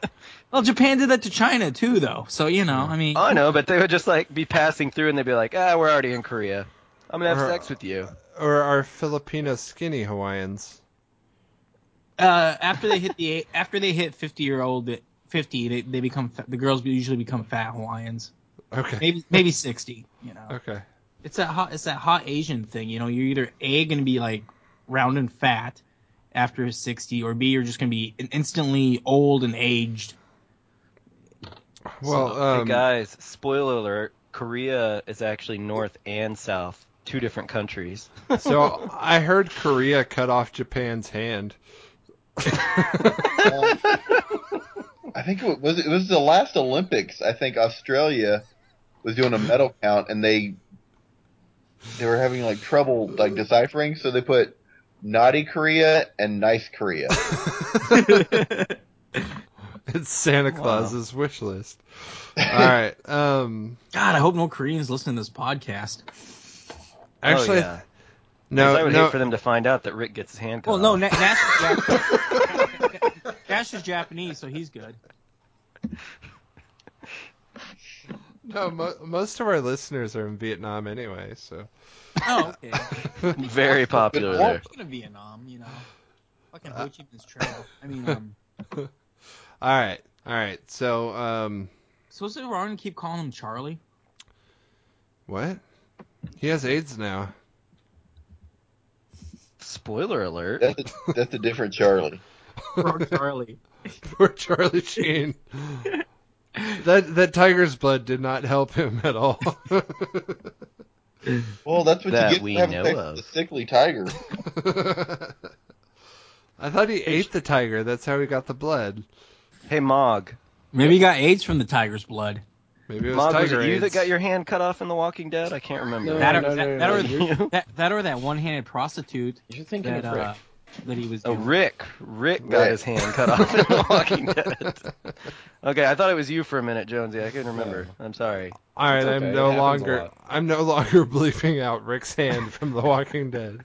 well, Japan did that to China too, though. So you know, I mean,
I know, but they would just like be passing through and they'd be like, "Ah, we're already in Korea. I'm gonna have
Or-
sex with you."
or are Filipino skinny Hawaiians?
uh, after they hit the after they hit 50 year old 50, they, they become fa- the girls usually become fat Hawaiians.
Okay.
Maybe maybe 60. You know.
Okay.
It's that hot. It's that hot Asian thing. You know, you're either a gonna be like round and fat after sixty, or b you're just gonna be in- instantly old and aged.
Well,
Hey,
um,
guys, spoiler alert: Korea is actually North and South, two different countries.
so I heard Korea cut off Japan's hand.
Um, I think it was it was the last Olympics. I think Australia was doing a medal count, and they they were having like trouble like deciphering, so they put naughty Korea and nice Korea.
It's Santa Claus's wish list. All right. Um,
God, I hope no Koreans listen to this podcast.
actually,
oh, yeah. 'Cause I
no,
would
no.
hate for them to find out that Rick gets his hand cut
Well, no,
off.
Na- Nash, is Jap- Nash is Japanese, so he's good.
No, mo- most of our listeners are in Vietnam anyway, so
Oh, okay.
very popular
Good
there.
lord.
Speaking of Vietnam, you know, fucking Ho Chi Minh's trail. I mean, um,
all right, all right. So, um,
so is it wrong to keep calling him Charlie?
what? He has AIDS now.
Spoiler alert.
That's a, that's a different Charlie.
Or Charlie.
Poor Charlie Sheen. that that tiger's blood did not help him at all.
Well, that's what
That
you get
we
for having
know
sex
of.
with a sickly tiger.
I thought he ate the tiger. That's how he got the blood.
Hey, Mog.
Maybe he got AIDS from the tiger's blood.
Maybe it was
Mog, was
tiger
it you that
AIDS.
got your hand cut off in The Walking Dead? I can't remember.
No,
That or
no, no,
that-
no,
that
no,
or-
You're,
That, that or that one-handed prostitute
you're thinking
that
of Rick.
uh, that he was
Oh,
doing.
Rick. Rick got
Rick.
his hand cut off in The Walking Dead. Okay, I thought it was you for a minute, Jonesy. I couldn't remember. I'm sorry.
All right,
It's okay,
I'm
it
no
happens a
longer
lot.
I'm no longer bleeping out Rick's hand from The Walking Dead.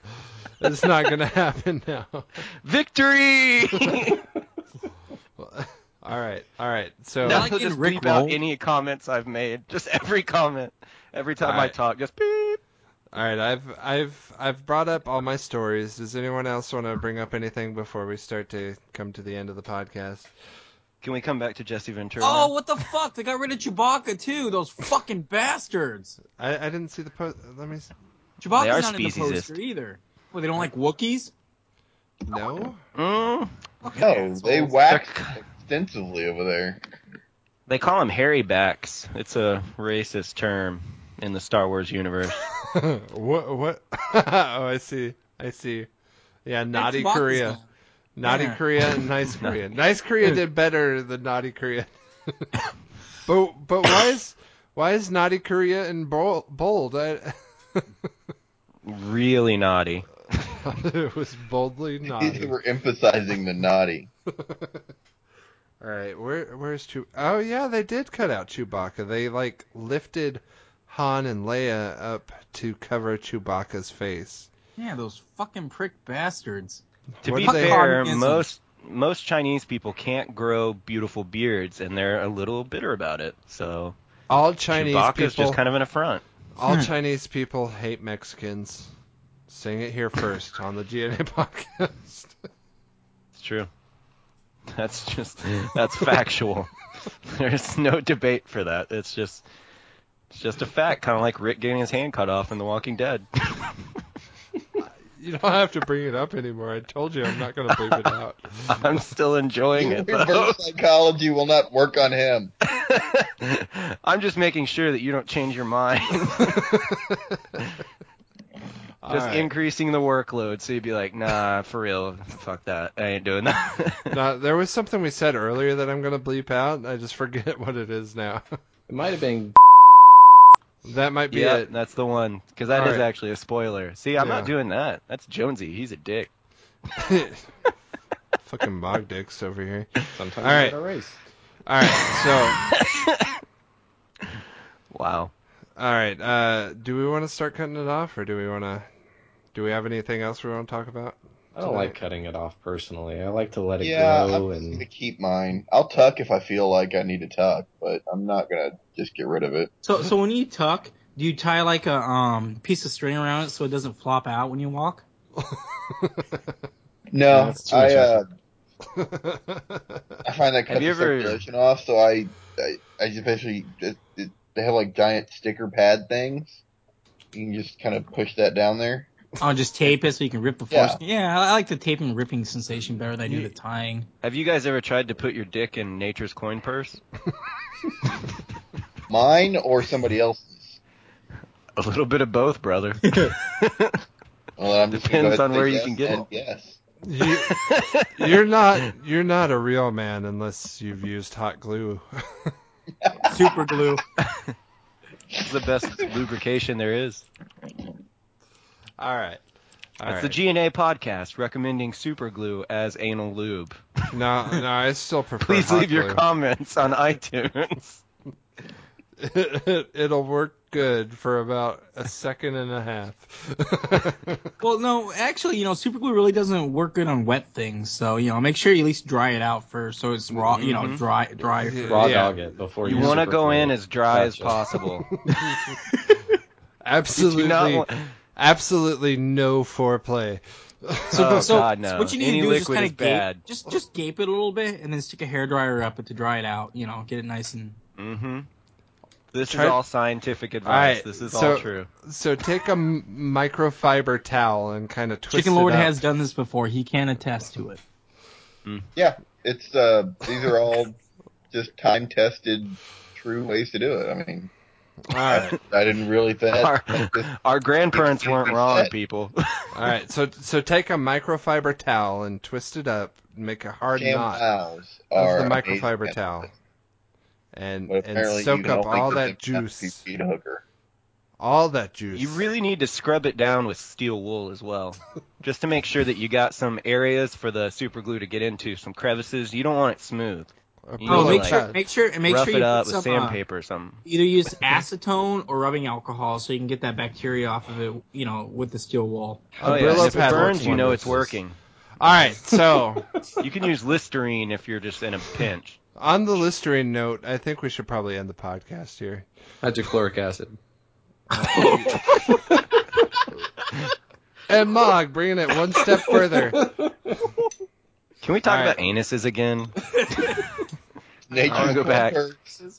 It's not going to happen now.
Victory!
All right, all right. So
now
like
he'll
in
just
Rick
bleep out
Roll.
any comments I've made. Just every comment. Every time I
Alright.
talk, just beep.
all right, I've I've I've brought up all my stories. Does anyone else want to bring up anything before we start to come to the end of the podcast?
Can we come back to Jesse Ventura?
Oh,
now?
what the fuck? They got rid of Chewbacca too. Those fucking bastards.
I, I didn't see the post. Let me. s-
Chewbacca's
They are
not in the
speciesist.
poster either. Well, they don't like Wookiees.
No.
Mm,
Fucking
No,
assholes.
they whack extensively over there.
they call him Harry Backs. It's a racist term in the Star Wars universe.
what? What? oh, I see. I see. Yeah, naughty
Chewbacca's
Korea,
not.
naughty
Yeah.
Korea, and nice Korea. Nice Korea did better than naughty Korea. but but why is why is naughty Korea in bol- bold? I,
really naughty.
it was boldly
They
naughty.
were emphasizing the naughty.
All right, where where's Chew? Oh yeah, they did cut out Chewbacca. They like lifted Han and Leia up to cover Chewbacca's face.
Yeah, those fucking prick bastards.
To
What
be
do they-
fair,
Cognizant.
most most Chinese people can't grow beautiful beards, and they're a little bitter about it. So
All Chinese
Chewbacca's
people
just kind of an affront.
All Chinese people hate Mexicans. Sing it here first on the GNA podcast.
It's true. That's just that's factual. There's no debate for that. It's just it's just a fact, kind of like Rick getting his hand cut off in The Walking Dead.
You don't have to bring it up anymore. I told you I'm not going to bleep it out.
I'm still enjoying it though.
Reverse psychology will not work on him.
I'm just making sure that you don't change your mind.
All
just
right.
increasing the workload, so you'd be like, "Nah, for real, fuck that. I ain't doing that."
Now, there was something we said earlier that I'm going to bleep out. and I just forget what it is now.
It might have been
That might be
Yeah,
it.
that's the one. Because that
All
is
right.
actually a spoiler. See, I'm not
Yeah.
doing that. That's Jonesy. He's a dick.
Fucking mog dicks over here.
Sometimes
All right.
you gotta race.
All right, so
Wow.
all right, uh, do we want to start cutting it off, or do we want to? Do we have anything else we want to talk about?
I don't like cutting it off personally. I like to let it
yeah,
grow
I'm just
and
gonna keep mine. I'll tuck if I feel like I need to tuck, but I'm not gonna just get rid of it.
So so when you tuck, do you tie like a um piece of string around it so it doesn't flop out when you walk?
No,
that's too much
I uh, I find that
Have
cuts
you
the
ever-
circulation off, so I I, I just basically just, it, they have like giant sticker pad things. You can just kind of push that down there.
Oh, just tape it so you can rip the
Yeah.
foreskin. Yeah, I I like the taping and ripping sensation better than I do the tying.
Have you guys ever tried to put your dick in nature's coin purse?
Mine or somebody else's.
A little bit of both, brother.
Well, then I'm just gonna go ahead
Depends
and
on where
say
you
yes
can get
and
it.
Yes.
you, you're not you're not a real man unless you've used hot glue.
Super glue.
It's the best lubrication there is.
all right, all
That's
right.
the GNA podcast recommending super glue as anal lube.
no, no, I still prefer.
Please
hot
leave your
glue.
comments on iTunes.
It'll work good for about a second and a half.
Well, no, actually, you know, super glue really doesn't work good on wet things. So, you know, make sure you at least dry it out first so it's raw,
Mm-hmm.
you know,
Mhm.
dry dry for
raw
Yeah.
dog it before you.
You want to
super
go
cool
in
it.
as dry as
Gotcha.
possible. You do
absolutely,
not want-
absolutely no foreplay. Uh,
Oh,
so
God, no.
so what you need
Any
to do is just
liquid
kind
is
of gape,
bad.
just just gape it a little bit, and then stick a hairdryer up it to dry it out. You know, get it nice and
Mm-hmm. This
Try-
is all scientific advice.
Alright,
this is
so-
all true.
So take a m- microfiber towel and kind of twist
Chicken
it
Lord
up.
has done this before. He can attest to it.
It's uh, these are all just time tested, true ways to do it. I mean,
All right,
I didn't really think.
Our,
this-
our grandparents weren't wrong, people.
all right. So so take a microfiber towel and twist it up, make a hard
Cam
knot
towels
of
are
the microfiber
amazing.
towel, and
But
and
apparently you
soak
can
up
only
all
get
that
them at
juice,
Feet hooker.
all that juice.
You really need to scrub it down with steel wool as well, just to make sure that you got some areas for the super glue to get into, some crevices. You don't want it smooth.
A
You
Oh,
pillow
need
make
to,
sure,
like,
make sure, and make
Rough
sure
it
you
up
put
with
some, uh,
sandpaper or something.
either use acetone or rubbing alcohol so you can get that bacteria off of it. You know, with the steel wool.
Oh
A
yeah, and
Brillo
if it
pad
burns,
works
you know
wonders.
it's working.
All right, so
You can use Listerine if you're just in a pinch.
on the Listerine note, I think we should probably end the podcast here.
hydrochloric acid.
And Mog, bringing it one step further.
Can we talk
All right.
about anuses again?
Nature
I wanna go back.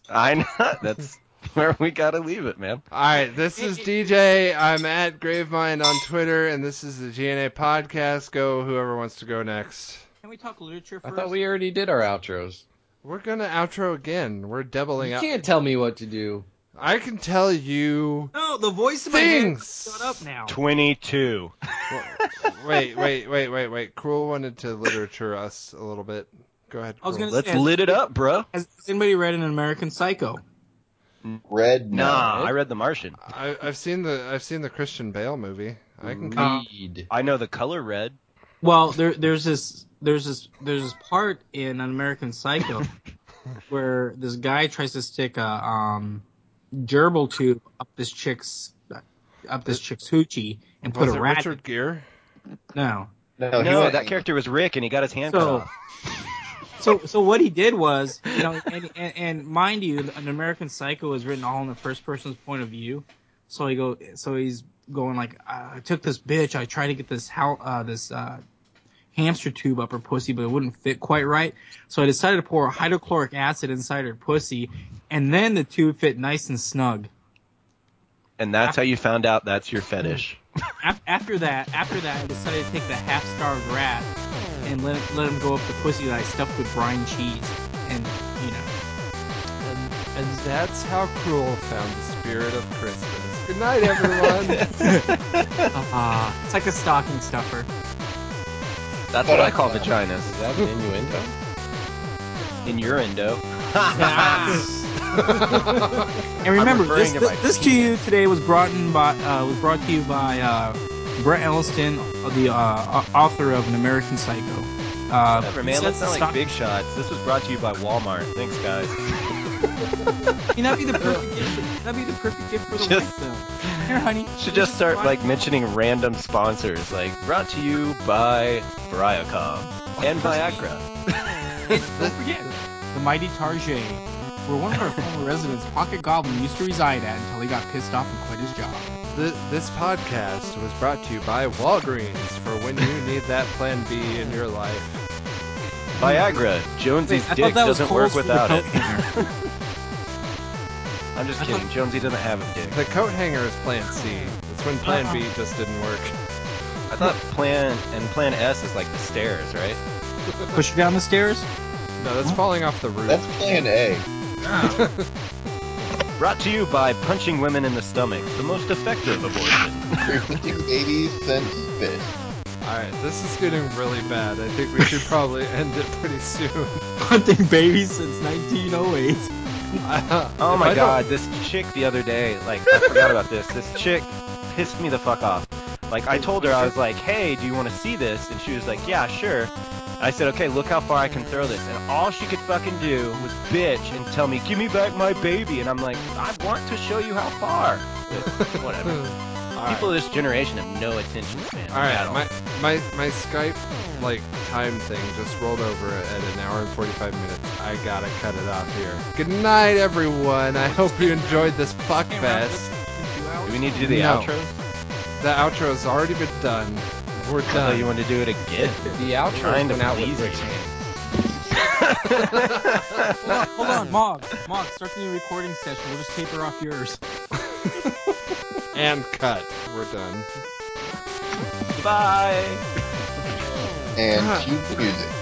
I know that's where we gotta leave it, man.
All right, this is DJ. I'm at Gravemind on Twitter, and this is the GNA podcast. Go whoever wants to go next.
Can we talk literature
I
first?
thought we already did our outros.
We're gonna outro again. We're doubling
You
up.
can't tell me what to do.
I can tell you.
no, the voice of my head
Things.
shut up now.
Twenty-two.
Wait, wait, wait, wait, wait. Cruel wanted to literature us a little bit. Go ahead.
I was
Cruel.
gonna-
Let's lit it up, bro.
Has anybody read an American Psycho?
Red
Nah,
now.
I read The Martian.
I, I've seen the I've seen the Christian Bale movie. I can.
Mm.
Uh, Read.
I know the color red.
Well, there, there's this, there's this, there's this part in an American Psycho where this guy tries to stick a um, gerbil tube up this chick's, up this chick's hoochie and put
Was
a
it
rat.
Richard Gere?
No.
No, Oh, he
no,
went-
that character was Rick, and he got his hand cut
So,
off.
so, so what he did was, you know, and, and, and mind you, an American Psycho is written all in the first person's point of view. So he go, so he's going like, I took this bitch, I tried to get this how, uh, this uh, hamster tube up her pussy, but it wouldn't fit quite right. So I decided to pour hydrochloric acid inside her pussy, and then the tube fit nice and snug.
And that's how you found out that's your fetish.
Af- after that, after that, I decided to take the half-starved rat and let it, let him go up the pussy that I stuffed with brine cheese, and you know.
And, and that's how Cruel found the spirit of Christmas. Good night, everyone.
Ah, it's like a stocking stuffer.
That's what I call vaginas.
Is that an innuendo?
In your endo.
uh, And remember, this,
referring to
this,
my
this to you today was brought in by uh, was brought to you by uh, Brett Elliston, the uh, au- author of An American Psycho. Uh,
Whatever,
he
man. Let's
sets the
sound
stock-
like big shots. This was brought to you by Walmart. Thanks, guys.
You know, that'd be the perfect gift. That'd be the perfect gift for the
Just-
wife, though. Here, honey.
Should just start like mentioning random sponsors, like brought to you by Briacom and Viagra.
Don't forget the mighty Tarjay, where one of our former residents, Pocket Goblin, used to reside at until he got pissed off and quit his job.
Th- this podcast was brought to you by Walgreens for when you need that Plan B in your life.
Viagra. Jonesy's
I
dick
thought that was
doesn't
Cole's
work
for the
without it.
coat hanger.
I'm just kidding. Jonesy doesn't have a dick.
The coat hanger is Plan C. That's when Plan
Uh-uh.
B just didn't work.
I thought Plan and Plan S is like the stairs, right?
Push her down the stairs.
No, that's falling off the roof.
That's Plan A.
Brought to you by punching women in the stomach, the most effective abortion.
Preventing babies since fish.
Alright, this is getting really bad. I think we should probably end it pretty soon.
Hunting babies since 1908.
Oh
If
my
I don't-
god, this chick the other day, like I forgot about this. This chick pissed me the fuck off. Like I told her I was like, "Hey, do you want to see this?" And she was like, "Yeah, sure." I said, "Okay, look how far I can throw this." And all she could fucking do was bitch and tell me, "Give me back my baby." And I'm like, "I want to show you how far." But whatever.
Alright.
People of this generation have no attention span.
All right,
at all.
my my my Skype like time thing just rolled over at an hour and 45 minutes. I gotta cut it off here. Good night, everyone. I hope you enjoyed this fuck fest.
do we need to do the
No.
outro?
The outro's already been done. We're
I thought
done.
you wanted to do it again.
The outro
Trying to
went out with
please
Rick's
you.
hand.
Hold on, hold on, Mog. Mog, start the new recording session. We'll just taper off yours.
and cut. We're done.
Bye.
And cue the music.